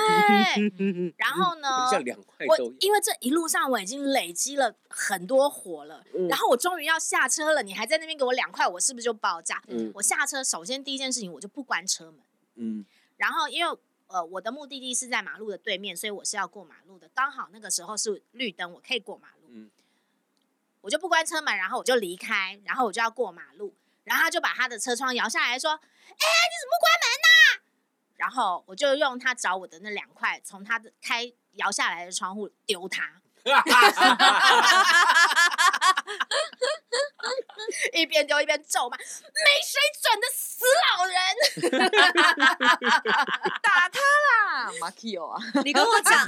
Speaker 1: 对，
Speaker 5: 嗯
Speaker 1: 然后呢？
Speaker 4: 像两块
Speaker 1: 我
Speaker 4: 都有。
Speaker 1: 因为这一路上我已经累积了很多火了，
Speaker 4: 嗯
Speaker 1: 然后我终于要下车了，你还在那边给我两块，我是不是就爆炸？
Speaker 4: 嗯
Speaker 1: 我下车，首先第一件事情我就不关车门，
Speaker 4: 嗯
Speaker 1: 然后因为呃我的目的地是在马路的对面，所以我是要过马路的，刚好那个时候是绿灯，我可以过马路，
Speaker 4: 嗯
Speaker 1: 我就不关车门，然后我就离开，然后我就要过马路，然后他就把他的车窗摇下来说：“哎、你怎么不关门呐、然后我就用他找我的那两块从他的开摇下来的窗户丢他。一边丢一边咒骂，没水准的死老人。
Speaker 3: 啊，马 k 哦啊，
Speaker 5: 你跟我讲，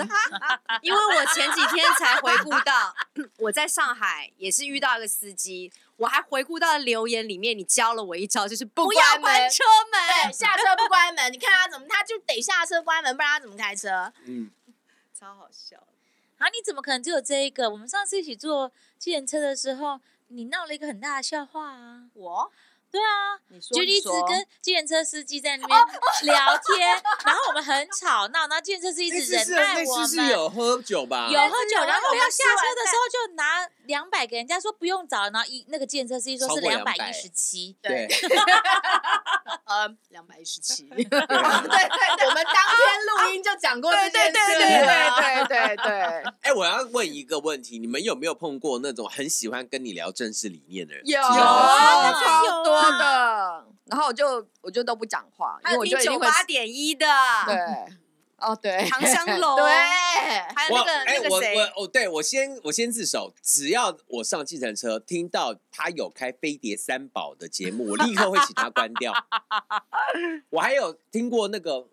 Speaker 5: 因为我前几天才回顾到，我在上海也是遇到一个司机，我还回顾到留言里面，你教了我一招，就是不
Speaker 1: 不要
Speaker 5: 关
Speaker 1: 关
Speaker 5: 门车
Speaker 1: 对，
Speaker 5: 门，
Speaker 1: 哎下车不关门，你看他怎么，他就得下车关门，不然他怎么开车？
Speaker 4: 嗯，
Speaker 5: 超好笑。
Speaker 2: 啊，你怎么可能只有这一个？我们上次一起坐计程车的时候，你闹了一个很大的笑话啊！
Speaker 1: 我
Speaker 2: 对啊，
Speaker 3: 你说
Speaker 2: 就
Speaker 3: 你
Speaker 2: 一直
Speaker 3: 说
Speaker 2: 跟计程车司机在
Speaker 4: 哦
Speaker 2: 那边聊天，然后我们很吵闹，然后计程车司机一
Speaker 4: 那
Speaker 2: 直
Speaker 4: 次是
Speaker 2: 忍耐
Speaker 4: 那
Speaker 2: 我
Speaker 4: 次
Speaker 2: 们。
Speaker 4: 是有喝酒吧？
Speaker 2: 有喝酒，
Speaker 1: 有
Speaker 2: 然后我
Speaker 1: 我
Speaker 2: 们
Speaker 1: 们吃
Speaker 2: 下车
Speaker 1: 完
Speaker 2: 的时候就拿两百给人家说不用找，然后一那个计程车司机说
Speaker 4: 超
Speaker 2: 是
Speaker 4: 过
Speaker 2: 两百
Speaker 4: 200
Speaker 2: 一十七，
Speaker 4: 对，
Speaker 1: 呃，两百一十 七，
Speaker 4: 对啊
Speaker 6: 对对对，我们当天录音就讲过这件事
Speaker 3: 对
Speaker 6: 了。
Speaker 3: 对对对对对，
Speaker 4: 哎，我要问一个问题，你们有没有碰过那种很喜欢跟你聊政治理念的人？
Speaker 3: 有
Speaker 2: 啊当然有
Speaker 3: 超多的，然后我就我就都不讲话，因为
Speaker 5: 还有
Speaker 3: 我
Speaker 5: 听
Speaker 3: 就一
Speaker 5: 九
Speaker 3: 定会
Speaker 5: 八点一的，
Speaker 3: 对，哦 对，
Speaker 5: 唐香龙，
Speaker 3: 对，
Speaker 5: 还有
Speaker 4: 我
Speaker 5: 那个
Speaker 4: 哎
Speaker 5: 那
Speaker 4: 我
Speaker 5: 个谁，
Speaker 4: 我哦，对我先我先自首，只要我上计程车听到他有开飞碟三宝的节目，我立刻会请他关掉。我还有听过那个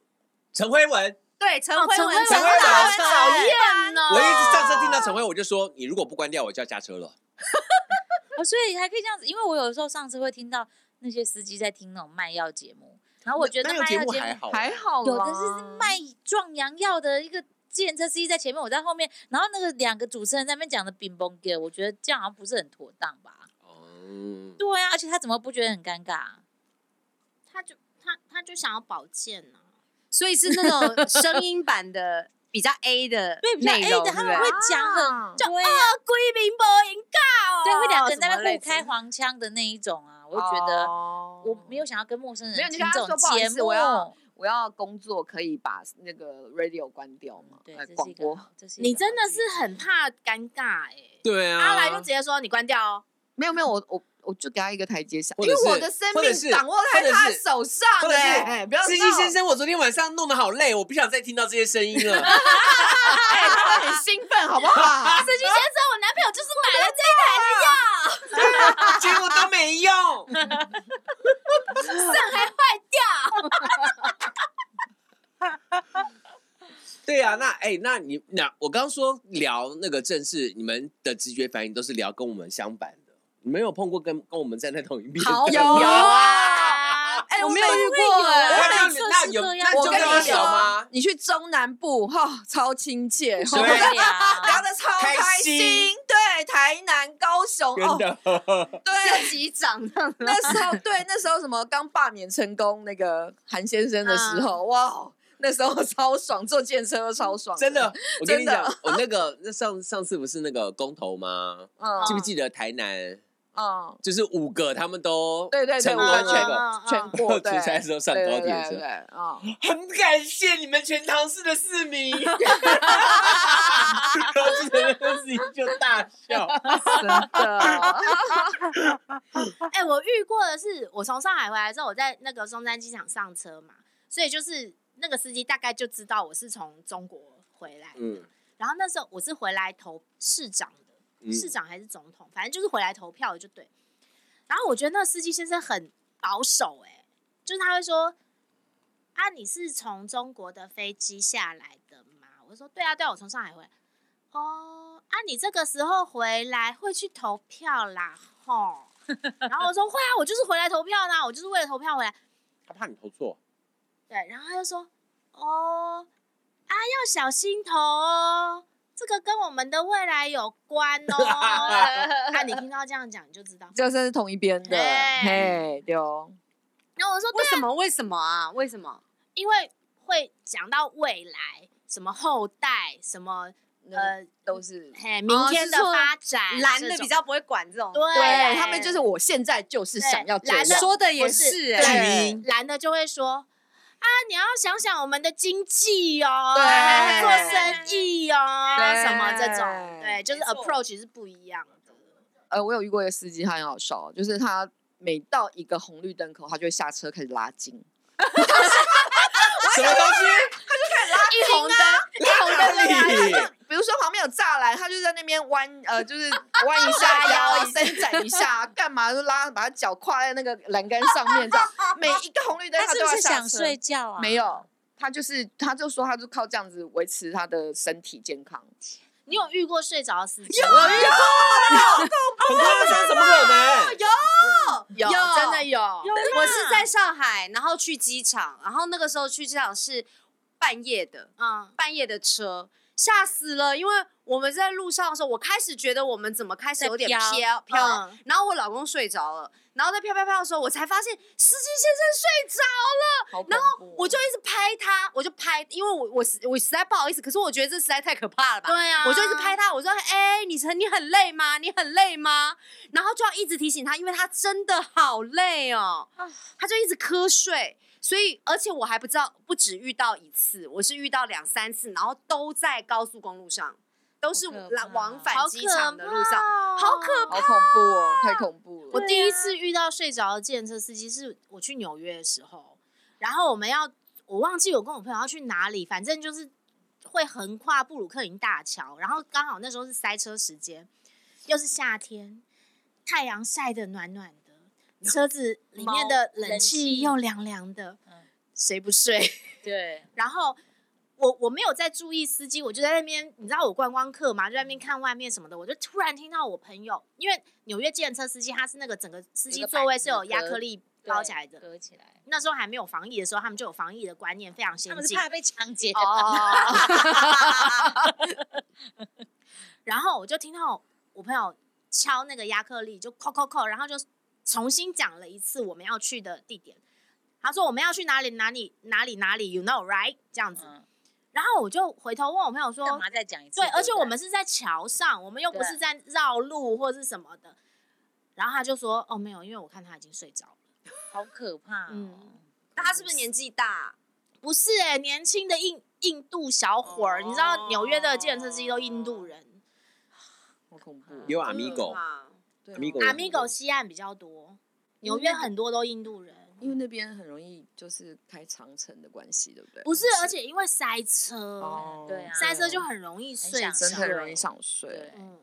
Speaker 4: 陈辉文，
Speaker 5: 对，陈
Speaker 1: 哦
Speaker 5: 辉
Speaker 1: 陈
Speaker 5: 文，
Speaker 1: 辉
Speaker 5: 陈
Speaker 1: 文
Speaker 5: 辉
Speaker 4: 好
Speaker 5: 文，
Speaker 1: 讨
Speaker 5: 对
Speaker 1: 厌哦！
Speaker 4: 我一直上车听到陈辉，我就说你如果不关掉，我就要下车了。
Speaker 2: 哦，所以还可以这样子，因为我有时候上车会听到那些司机在听那种卖药节目，然啊后我觉得
Speaker 4: 那
Speaker 2: 卖
Speaker 4: 个
Speaker 2: 药
Speaker 4: 节目
Speaker 2: 节目
Speaker 4: 还好，啊
Speaker 3: 还好
Speaker 2: 有
Speaker 3: 啦
Speaker 2: 的是卖壮阳药的一个计程车司机在前面，我在后面，然后那个两个主持人在那边讲的冰崩给，我觉得这样好像不是很妥当吧？
Speaker 4: 哦。
Speaker 2: 对啊，而且他怎么不觉得很尴尬、啊
Speaker 1: 他就他他就想要保健呢、
Speaker 5: 所以是那种声音版的，比较 A 的
Speaker 2: 对，比较
Speaker 5: 内
Speaker 2: A
Speaker 5: 容，
Speaker 2: 的
Speaker 5: 对
Speaker 2: 他
Speaker 5: 不
Speaker 2: 们
Speaker 5: 对
Speaker 2: 会讲很
Speaker 3: 啊
Speaker 2: 对啊，
Speaker 1: 啊。贵宾不哦应告
Speaker 2: 哦对，会两个人在那
Speaker 5: 什么
Speaker 2: 边
Speaker 5: 类
Speaker 2: 互开
Speaker 5: 似
Speaker 1: 啊
Speaker 2: 黄腔的那一种啊，我就觉得我没有想要跟陌生
Speaker 3: 没有
Speaker 2: 人
Speaker 3: 你
Speaker 2: 听
Speaker 3: 跟他
Speaker 2: 这种
Speaker 3: 说不好意
Speaker 2: 节
Speaker 3: 思我要
Speaker 2: 目。
Speaker 3: 我要工作可以把那个 radio 关掉吗？
Speaker 2: 对，
Speaker 3: 呃
Speaker 2: 这是
Speaker 3: 广
Speaker 2: 一个
Speaker 3: 播
Speaker 2: 好，这是一
Speaker 1: 你
Speaker 2: 个
Speaker 1: 真
Speaker 2: 好
Speaker 1: 的
Speaker 2: 建
Speaker 1: 是
Speaker 2: 议
Speaker 1: 很怕尴尬哎、
Speaker 4: 对啊，
Speaker 1: 阿来就直接说你关掉哦，
Speaker 3: 没有没有，我我我就给他一个台阶下，
Speaker 4: 或
Speaker 3: 因
Speaker 4: 者
Speaker 3: 为
Speaker 4: 是
Speaker 3: 我的生
Speaker 4: 或者是
Speaker 3: 命掌握在他的手上
Speaker 4: 或者是
Speaker 3: 哎，哎不要
Speaker 4: 司机
Speaker 3: 闹
Speaker 4: 先生，我昨天晚上弄得好累，我不想再听到这些声音了。
Speaker 3: 哎，他们很兴奋，好不好？
Speaker 1: 司机先生，我男朋友就是买了这
Speaker 4: 结果都没用。 对啊，那哎、那你那我刚刚说聊那个正事，你们的直觉反应都是聊跟我们相反的，你们有碰过跟跟我们站在同一边的？
Speaker 3: 好有
Speaker 1: 个
Speaker 3: 啊，哎，
Speaker 4: 我
Speaker 3: 我
Speaker 4: 没
Speaker 3: 没
Speaker 4: 有啊遇
Speaker 3: 有遇
Speaker 2: 过
Speaker 3: 过
Speaker 2: 哎
Speaker 3: 哎。
Speaker 4: 那
Speaker 2: 每
Speaker 4: 就
Speaker 2: 次
Speaker 4: 那
Speaker 2: 是
Speaker 4: 有
Speaker 2: 这样
Speaker 4: 那
Speaker 2: 我
Speaker 4: 就
Speaker 2: 跟
Speaker 4: 跟我
Speaker 2: 你
Speaker 4: 聊
Speaker 2: 说
Speaker 4: 吗？
Speaker 3: 你去中南部哈、超亲切，
Speaker 2: 对
Speaker 4: 对啊
Speaker 3: 哈聊
Speaker 2: 呀，
Speaker 3: 的超开
Speaker 4: 开
Speaker 3: 心
Speaker 4: 心。
Speaker 3: 对，台南、高雄
Speaker 4: 真
Speaker 3: 哦，
Speaker 4: 的，
Speaker 3: 对，
Speaker 5: 机长，
Speaker 3: 那时候对，那时候什么刚罢免成功那个韩先生的时
Speaker 1: 嗯
Speaker 3: 候，哇，哦那时候超爽，坐电车超爽，
Speaker 4: 真的，我跟你
Speaker 3: 真的
Speaker 4: 讲，我那个那上上次不是那个公投吗？
Speaker 2: 哦
Speaker 3: 嗯
Speaker 4: 记不记得台南
Speaker 3: 嗯，
Speaker 4: 就是五个，他们都
Speaker 3: 对对对，
Speaker 4: 成功
Speaker 3: 我们
Speaker 4: 那
Speaker 3: 全
Speaker 4: 个。
Speaker 1: 嗯嗯
Speaker 3: 全国
Speaker 4: 出
Speaker 3: 对，
Speaker 4: 差的时候上高铁
Speaker 3: 对
Speaker 4: 是
Speaker 3: 对
Speaker 4: 吧
Speaker 3: 对，啊，
Speaker 4: 很感谢你们全唐市的市民， 然后记者那个事情就大笑。
Speaker 3: 真的，
Speaker 1: 哎、我遇过的是，我从上海回来之后，我在那个松山机场上车嘛，所以就是那个司机大概就知道我是从中国回来的。
Speaker 4: 嗯
Speaker 1: 然后那时候我是回来投市长的，
Speaker 4: 嗯
Speaker 1: 市长还是总统，反正就是回来投票的就对。然后我觉得那个司机先生很保守、哎，就是他会说：“啊，你是从中国的飞机下来的吗？”我就说：“对啊，对啊，我从上海回来。”哦，啊，你这个时候回来会去投票啦，吼。 然后我说会啊，我就是回来投票啦，我就是为了投票回来。
Speaker 4: 他怕你投错，
Speaker 1: 对，然后他就说，哦，啊，要小心投哦，这个跟我们的未来有关 哦。那、你听到这样讲，你就知道。
Speaker 3: 就是是同一边的，
Speaker 1: 哎
Speaker 3: 嘿，对哦，
Speaker 1: 然后我说对
Speaker 5: 为，什么？为什么啊？为什么？
Speaker 1: 因为会讲到未来，什么后代，什么呃，
Speaker 3: 都是
Speaker 1: 嘿，明天的
Speaker 5: 哦是说
Speaker 1: 发展，
Speaker 5: 蓝
Speaker 1: 这
Speaker 5: 的
Speaker 1: 种
Speaker 5: 比较不会管这种，
Speaker 1: 对
Speaker 3: 对他们就是我现在就是想要这
Speaker 1: 对蓝
Speaker 3: 样
Speaker 1: 的，
Speaker 5: 说的也
Speaker 1: 不
Speaker 5: 是
Speaker 1: 蓝
Speaker 5: 哎
Speaker 4: 居民
Speaker 1: 蓝的就会说啊，你要想想我们的经济哦，
Speaker 3: 对
Speaker 1: 做生意哦，
Speaker 3: 对
Speaker 1: 什么这种，对，就是
Speaker 2: 没错
Speaker 1: approach 是不一样
Speaker 5: 啊
Speaker 1: 的。
Speaker 3: 呃，我有遇过一个司机，他很好笑，就是他每到一个红绿灯口，他就会下车开始拉筋。
Speaker 4: 什么东
Speaker 1: 一红
Speaker 5: 啊
Speaker 1: 灯，
Speaker 4: 西？哪里？
Speaker 3: 比如说旁边有栅栏，他就在那边弯，呃，就是 弯一下腰，伸展一下，干嘛就拉，把他脚跨在那个栏杆上面，这样。每一个红绿灯
Speaker 2: 啊他
Speaker 3: 都
Speaker 2: 是
Speaker 3: 要
Speaker 2: 不是
Speaker 3: 下
Speaker 2: 想
Speaker 3: 车。
Speaker 2: 睡觉啊？
Speaker 3: 没，有，他就是，他就说，他就靠这样子维持他的身体健 康。
Speaker 1: 你有遇过睡着的司机？
Speaker 4: 有啊有，很夸张，怎么 可能？
Speaker 5: 有啊
Speaker 6: 真的有，
Speaker 5: 我是在上海，然后去机场，然后那个时候去机场是半夜的，
Speaker 1: 嗯，
Speaker 5: 半夜的车，吓死了！因为我们在路上的时候，我开始觉得我们怎么开始有点
Speaker 2: 在飘
Speaker 5: 飘飘了
Speaker 1: 嗯，
Speaker 5: 然后我老公睡着了，然后在飘飘飘的时候，我才发现司机先生睡着了，
Speaker 3: 然后
Speaker 5: 我就一直拍他，我就拍，因为我我实我实在不好意思，可是我觉得这实在太可怕了吧，
Speaker 1: 对啊，
Speaker 5: 我就一直拍他，我说：“哎、你很你很累吗？你很累吗？”然后就要一直提醒他，因为他真的好累哦，
Speaker 2: 啊
Speaker 5: 他就一直瞌睡。所以，而且我还不知道，不止遇到一次，我是遇到两三次，然后都在高速公路上，都是
Speaker 2: 好可
Speaker 5: 来
Speaker 2: 怕
Speaker 5: 往返
Speaker 1: 好
Speaker 5: 机
Speaker 1: 可
Speaker 5: 场的路上。
Speaker 1: 怕哦
Speaker 5: 好可啊
Speaker 3: 好恐怖哦，太恐怖了。
Speaker 1: 我第一次遇到睡着的计程车司机是我去纽约的时候，然后我们要我忘记我跟我朋友要去哪里，反正就是会横跨布鲁克林大桥，然后刚好那时候是塞车时间，又是夏天，太阳晒得暖暖的，车子里面的
Speaker 2: 猫
Speaker 1: 冷气又凉凉的
Speaker 2: 嗯，
Speaker 1: 谁不睡？
Speaker 2: 对，
Speaker 1: 然后我我没有在注意司机，我就在那边，你知道我观光客嘛，就在那边看外面什么的，我就突然听到我朋友，因为纽约计程车司机他是那个整个司机
Speaker 2: 有个
Speaker 1: 座位
Speaker 2: 板子
Speaker 1: 是有亚
Speaker 2: 隔
Speaker 1: 克力包起来的，
Speaker 2: 隔起来。
Speaker 1: 那时候还没有防疫的时候，他们就有防疫的观念，非常
Speaker 2: 他
Speaker 1: 先
Speaker 2: 们是
Speaker 1: 进。
Speaker 2: 怕被抢劫，
Speaker 5: 哦，
Speaker 1: 然后我就听到我朋友敲那个亚克力，就扣扣扣，然后就重新讲了一次我们要去的地点。他说我们要去哪里哪里哪里哪里，you know right 这样子。
Speaker 2: 嗯，
Speaker 1: 然后我就回头问我朋友说，
Speaker 2: 干嘛再讲一次？
Speaker 1: 对，而
Speaker 2: 不
Speaker 1: 且我们是在桥上，我们又不
Speaker 2: 对
Speaker 1: 是在绕路或是什么的。然后他就说：“哦，没有，因为我看他已经睡着了。
Speaker 2: 好可怕哦，
Speaker 1: 嗯
Speaker 5: 那 他是不是年纪大？”
Speaker 1: 不是哎、年轻的印印度小伙儿，你知道纽约的计程车司机都印度
Speaker 3: 哦
Speaker 1: 人
Speaker 3: 好恐怖！哦
Speaker 4: 有啊 Amigo，
Speaker 5: 嗯
Speaker 3: 对啊嗯
Speaker 4: Amigo
Speaker 1: 阿米狗西岸比较多，纽约很多都印度人。
Speaker 3: 因为那边很容易就是开长城的关系，对不对？
Speaker 1: 不是，而且因为塞车，
Speaker 3: 哦，
Speaker 2: 对啊
Speaker 1: 塞车就很容易睡
Speaker 2: 想
Speaker 1: 着。
Speaker 3: 真的很容易
Speaker 2: 对
Speaker 3: 想睡
Speaker 2: 对。
Speaker 1: 嗯，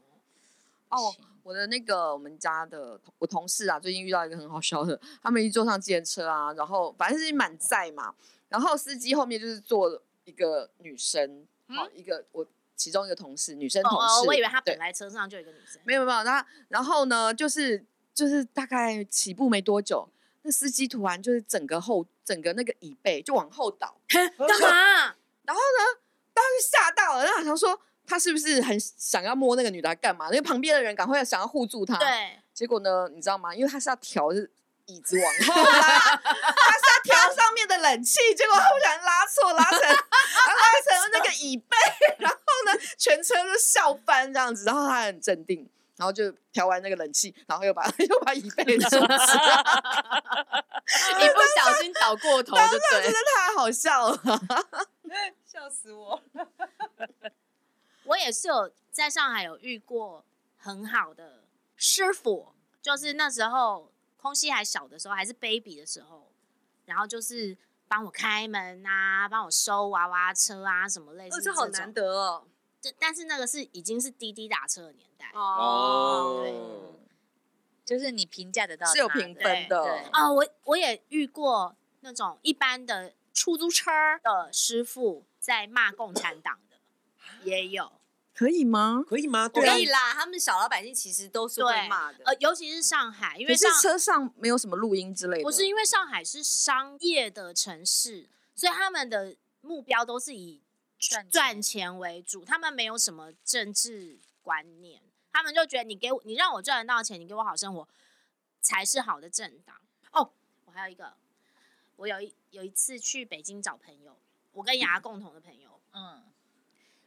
Speaker 3: 哦，我的那个我们家的同我同事啊，最近遇到一个很好笑的，他们一坐上计程车啊，然后反正是满载嘛，然后司机后面就是坐了一个女生，好、一个我其中一个同事，女生
Speaker 1: 嗯哦
Speaker 3: 同事，
Speaker 1: 哦，我以为他
Speaker 3: 对
Speaker 1: 本来车上就有一个女生。
Speaker 3: 没有没有，那然后呢，就是就是大概起步没多久，那司机突然就是整个后整个那个椅背就往后倒，
Speaker 5: 干嘛？
Speaker 3: 当时吓到了，然后想说他是不是很想要摸那个女的还干嘛？那个旁边的人赶快想要护住他，
Speaker 1: 对，
Speaker 3: 结果呢，你知道吗？因为他是要调椅子往后拉， 他是要调上面的冷气，结果他不小心拉错，拉成 拉成那个椅背，然后呢，全车都笑翻这样子，然后他很镇定，然后就调完那个冷气，然后又把 又把椅 背收起来，
Speaker 5: 一不小心倒过头就对
Speaker 3: 真的
Speaker 5: 了。
Speaker 3: 太好笑了。
Speaker 2: 笑死我！
Speaker 1: 我也是有在上海有遇过很好的师傅，就是那时候空西还小的时候，还是 baby 的时候，然后就是帮我开门啊，帮我收娃娃车啊，什么类似
Speaker 5: 哦，
Speaker 1: 这
Speaker 5: 这好难
Speaker 1: 的。
Speaker 5: 得哦。
Speaker 1: 这但是那个是已经是滴滴打车的年代哦
Speaker 4: 哦，
Speaker 2: 就是你评价得到
Speaker 3: 是有
Speaker 2: 他
Speaker 3: 评
Speaker 2: 的
Speaker 3: 分的
Speaker 2: 对，
Speaker 1: 哦我我也遇过那种一般的出租车的师傅在骂共产党的，也有。
Speaker 3: 可以吗？
Speaker 4: 可以吗？对啊
Speaker 5: 可，以啦，他们小老百姓其实都是
Speaker 1: 对
Speaker 5: 会骂的。
Speaker 1: 呃，尤其是上海，因
Speaker 3: 可
Speaker 1: 为
Speaker 3: 是
Speaker 1: 上
Speaker 3: 车上没有什么录音之类的，
Speaker 1: 不是因为上海是商业的城市，所以他们的目标都是以
Speaker 2: 赚
Speaker 1: 赚钱为主，他们没有什么政治观念，他们就觉得你给我，你让我赚得到钱，你给我好生活，才是好的政党。哦，我还有一个，我有一有一次去北京找朋友，我跟牙共同的朋友，
Speaker 2: 嗯，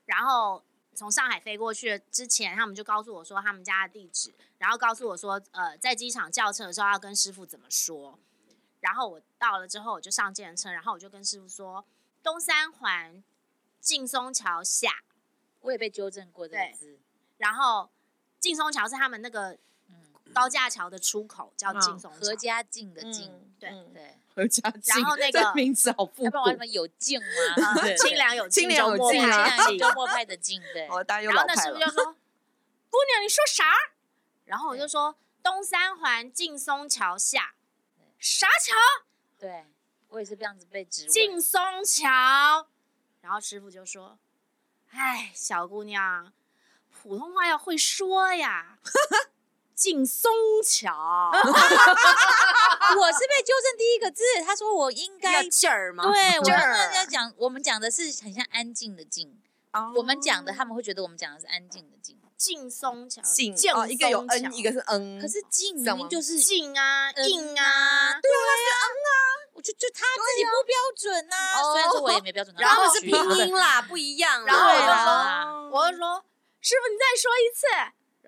Speaker 1: 然后从上海飞过去之前，他们就告诉我说他们家的地址，然后告诉我说，呃，在机场叫车的时候要跟师傅怎么说。然后我到了之后，我就上计程车，然后我就跟师傅说，东三环劲松桥下，
Speaker 2: 我也被纠正过这
Speaker 1: 对
Speaker 2: 个字，
Speaker 1: 然后劲松桥是他们那个
Speaker 2: 嗯，
Speaker 1: 高架桥的出口，叫
Speaker 3: 嗯
Speaker 1: 劲松
Speaker 2: 合
Speaker 1: 桥。
Speaker 2: 家境的境
Speaker 6: 嗯，
Speaker 1: 对
Speaker 6: 嗯
Speaker 2: 对，
Speaker 3: 何家劲，
Speaker 1: 然后那
Speaker 3: 这
Speaker 1: 个
Speaker 3: 名字好复
Speaker 2: 要不然我
Speaker 3: 古，
Speaker 2: 们有境吗？啊
Speaker 1: 呃清凉有
Speaker 3: 清凉有
Speaker 1: 周末
Speaker 3: 劲
Speaker 2: 对，
Speaker 3: 啊
Speaker 1: 派
Speaker 2: 啊，
Speaker 1: 劲
Speaker 2: 周末派的境，对，
Speaker 3: 哦，大家又
Speaker 1: 然
Speaker 3: 老
Speaker 1: 后那
Speaker 3: 派
Speaker 1: 师傅
Speaker 3: 了
Speaker 1: 就。 说：“姑娘，你说啥？”然后我就说：“东三环劲松桥下，啥桥？
Speaker 2: 对我也是这样子被质问。
Speaker 1: 劲松桥。”然后师傅就说：“哎，小姑娘，普通话要会说 呀。”劲松桥，
Speaker 2: 我是被纠正第一个字，他说我应该
Speaker 5: 要劲儿吗？
Speaker 2: 对，我
Speaker 5: 劲
Speaker 2: 刚
Speaker 5: 儿
Speaker 2: 刚要讲，我们讲的是很像安静的静，
Speaker 3: 哦
Speaker 2: 我们讲的他们会觉得我们讲的是安静的静，
Speaker 1: 劲松桥，
Speaker 3: 劲
Speaker 1: 劲
Speaker 3: 哦，一个有
Speaker 1: 松桥
Speaker 3: n，一个是 n，
Speaker 2: 可是静
Speaker 3: 嗯什
Speaker 2: 明
Speaker 3: 么
Speaker 2: 明就是
Speaker 1: 劲啊，
Speaker 2: 嗯
Speaker 1: 硬啊，
Speaker 2: 我就就他自己不标准呐、
Speaker 5: 哦
Speaker 2: 虽然说我也没标准，
Speaker 5: 然后
Speaker 2: 我
Speaker 5: 是
Speaker 2: 去
Speaker 5: 拼音啦，不一样啦。
Speaker 1: 然后我
Speaker 2: 对
Speaker 1: 就
Speaker 2: 啦
Speaker 1: 说，我就说，师傅你再说一次。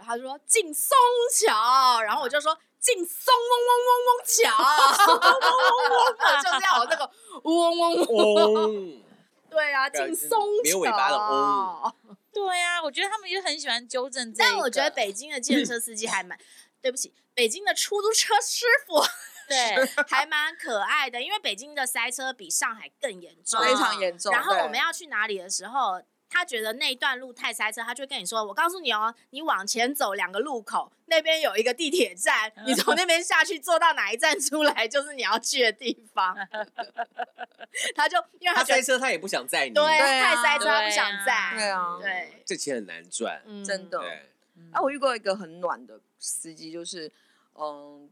Speaker 1: 然后他就说进松桥，然后我就说进松嗡嗡嗡嗡桥，
Speaker 6: 我就是要有那个嗡嗡
Speaker 4: 哦
Speaker 6: 嗡，
Speaker 4: 嗡，
Speaker 1: 对啊，
Speaker 4: 对啊
Speaker 1: 进松桥。
Speaker 4: 没有尾巴的嗡
Speaker 2: 对呀、我觉得他们就很喜欢纠正这
Speaker 1: 但
Speaker 2: 一
Speaker 1: 我觉得
Speaker 2: 个
Speaker 1: 北京的建车司机还蛮，对不起，北京的出租车师傅
Speaker 2: 对
Speaker 1: 还蛮可爱的，因为北京的塞车比上海更严重。
Speaker 3: 非常严重。
Speaker 1: 嗯然后
Speaker 3: 对
Speaker 1: 我们要去哪里的时候，他觉得那一段路太塞车，他就会跟你说：“我告诉你哦，你往前走两个路口，那边有一个地铁站，
Speaker 3: 嗯
Speaker 1: 你从那边下去，坐到哪一站出来就是你要去的地 方。”他就因为他
Speaker 4: 他
Speaker 1: 觉
Speaker 4: 塞
Speaker 1: 得
Speaker 4: 车他也不想载你，
Speaker 1: 对
Speaker 3: 啊
Speaker 1: 太塞车，他不想
Speaker 3: 对
Speaker 1: 在。
Speaker 3: 啊，
Speaker 1: 嗯对，
Speaker 4: 这钱很难赚。
Speaker 1: 嗯
Speaker 3: 真的。
Speaker 4: 对，
Speaker 2: 嗯
Speaker 3: 啊，我遇过一个很暖的司机，就是嗯，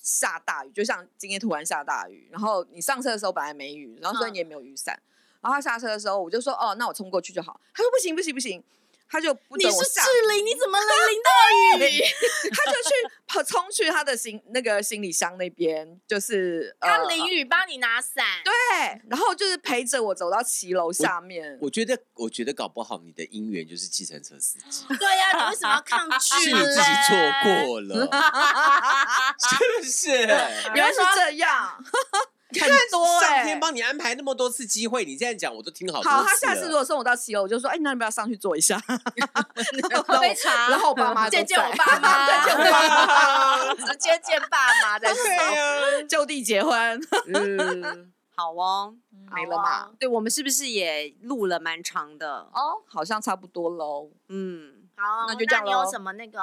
Speaker 3: 下大雨，就像今天突然下大雨，然后你上车的时候本来没雨，然后所以你也没有雨伞，然后他下车的时候我就说哦，那我冲过去就好，他说不行不行不行，他就不
Speaker 1: 你
Speaker 3: 等我
Speaker 1: 是
Speaker 3: 下，
Speaker 1: 志玲，你怎么能淋到雨？
Speaker 3: 他就去 跑冲去他的行那个行李箱那边，就是
Speaker 1: 他
Speaker 3: 呃
Speaker 1: 淋雨帮你拿伞，
Speaker 3: 对，啊然后就是陪着我走到骑楼下面，
Speaker 4: 我觉得，我觉得搞不好你的姻缘就是计程车司机，
Speaker 1: 对呀、你为什么要 抗
Speaker 4: 是
Speaker 1: 拒
Speaker 4: 你
Speaker 1: 嘞？
Speaker 4: 自己错过了，是不是？
Speaker 3: 原来是这样，很多哎、
Speaker 4: 上天帮你安排那么多次机会，你这样讲我都听好多次
Speaker 3: 好，
Speaker 4: 了。
Speaker 3: 他下次如果送我到骑楼，我就说，哎，那你不要上去坐一下，然后
Speaker 5: 杯茶
Speaker 3: 然后我爸妈
Speaker 1: 见见我爸妈，
Speaker 3: 妈，
Speaker 1: 见我爸妈，直接见爸妈再说。
Speaker 4: 对啊呀、
Speaker 3: 就地结婚，
Speaker 4: 嗯，
Speaker 5: 好哦，
Speaker 2: 嗯
Speaker 3: 没了嘛？
Speaker 5: 对我们是不是也录了蛮长的？
Speaker 3: 哦，好像差不多喽。
Speaker 5: 嗯，
Speaker 1: 好，
Speaker 3: 那就这样
Speaker 1: 你有
Speaker 3: 咯
Speaker 1: 什么那个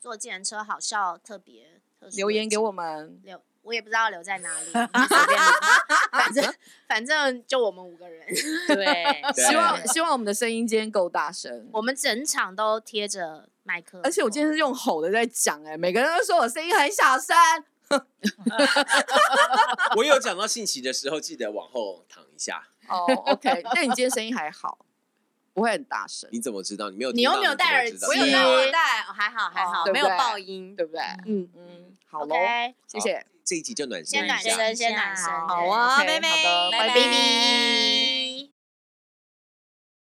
Speaker 1: 坐计程车好笑特别特殊
Speaker 3: 留言给
Speaker 1: 我
Speaker 3: 我们，
Speaker 1: 留，我也不知道留在哪里，就随便你反正反正就我们五个人，
Speaker 2: 对，
Speaker 4: 对
Speaker 3: 希望希望我们的声音今天够大声。
Speaker 1: 我们整场都贴着麦克风，
Speaker 3: 而且我今天是用吼的在讲，哎，每个人都说我声音很小声，
Speaker 4: 我有讲到信息的时候，记得往后躺一下。
Speaker 3: 哦，OK，那 你今天声音还好，不会很大声，
Speaker 4: 你怎么知道？你没有听到，
Speaker 1: 你又没有戴耳
Speaker 4: 你
Speaker 1: 机，
Speaker 4: 怎么知
Speaker 5: 我
Speaker 4: 道啊
Speaker 5: 有戴耳机
Speaker 1: 戴，哦还好还好
Speaker 5: 好，
Speaker 3: 对
Speaker 5: 没
Speaker 3: 不
Speaker 5: 有
Speaker 3: 对
Speaker 5: 爆音。
Speaker 3: 对不对？
Speaker 5: 嗯，
Speaker 3: 嗯，好喽，
Speaker 1: ，OK，
Speaker 3: 谢谢。
Speaker 4: 这一集就暖身
Speaker 1: 先
Speaker 4: 一
Speaker 1: 暖
Speaker 4: 下。
Speaker 1: 身，先暖身，
Speaker 2: 好
Speaker 5: 好
Speaker 1: 对
Speaker 5: 啊，
Speaker 3: OK，
Speaker 5: 妹妹
Speaker 3: 好的，
Speaker 2: 拜
Speaker 1: 拜
Speaker 2: 拜
Speaker 1: 拜。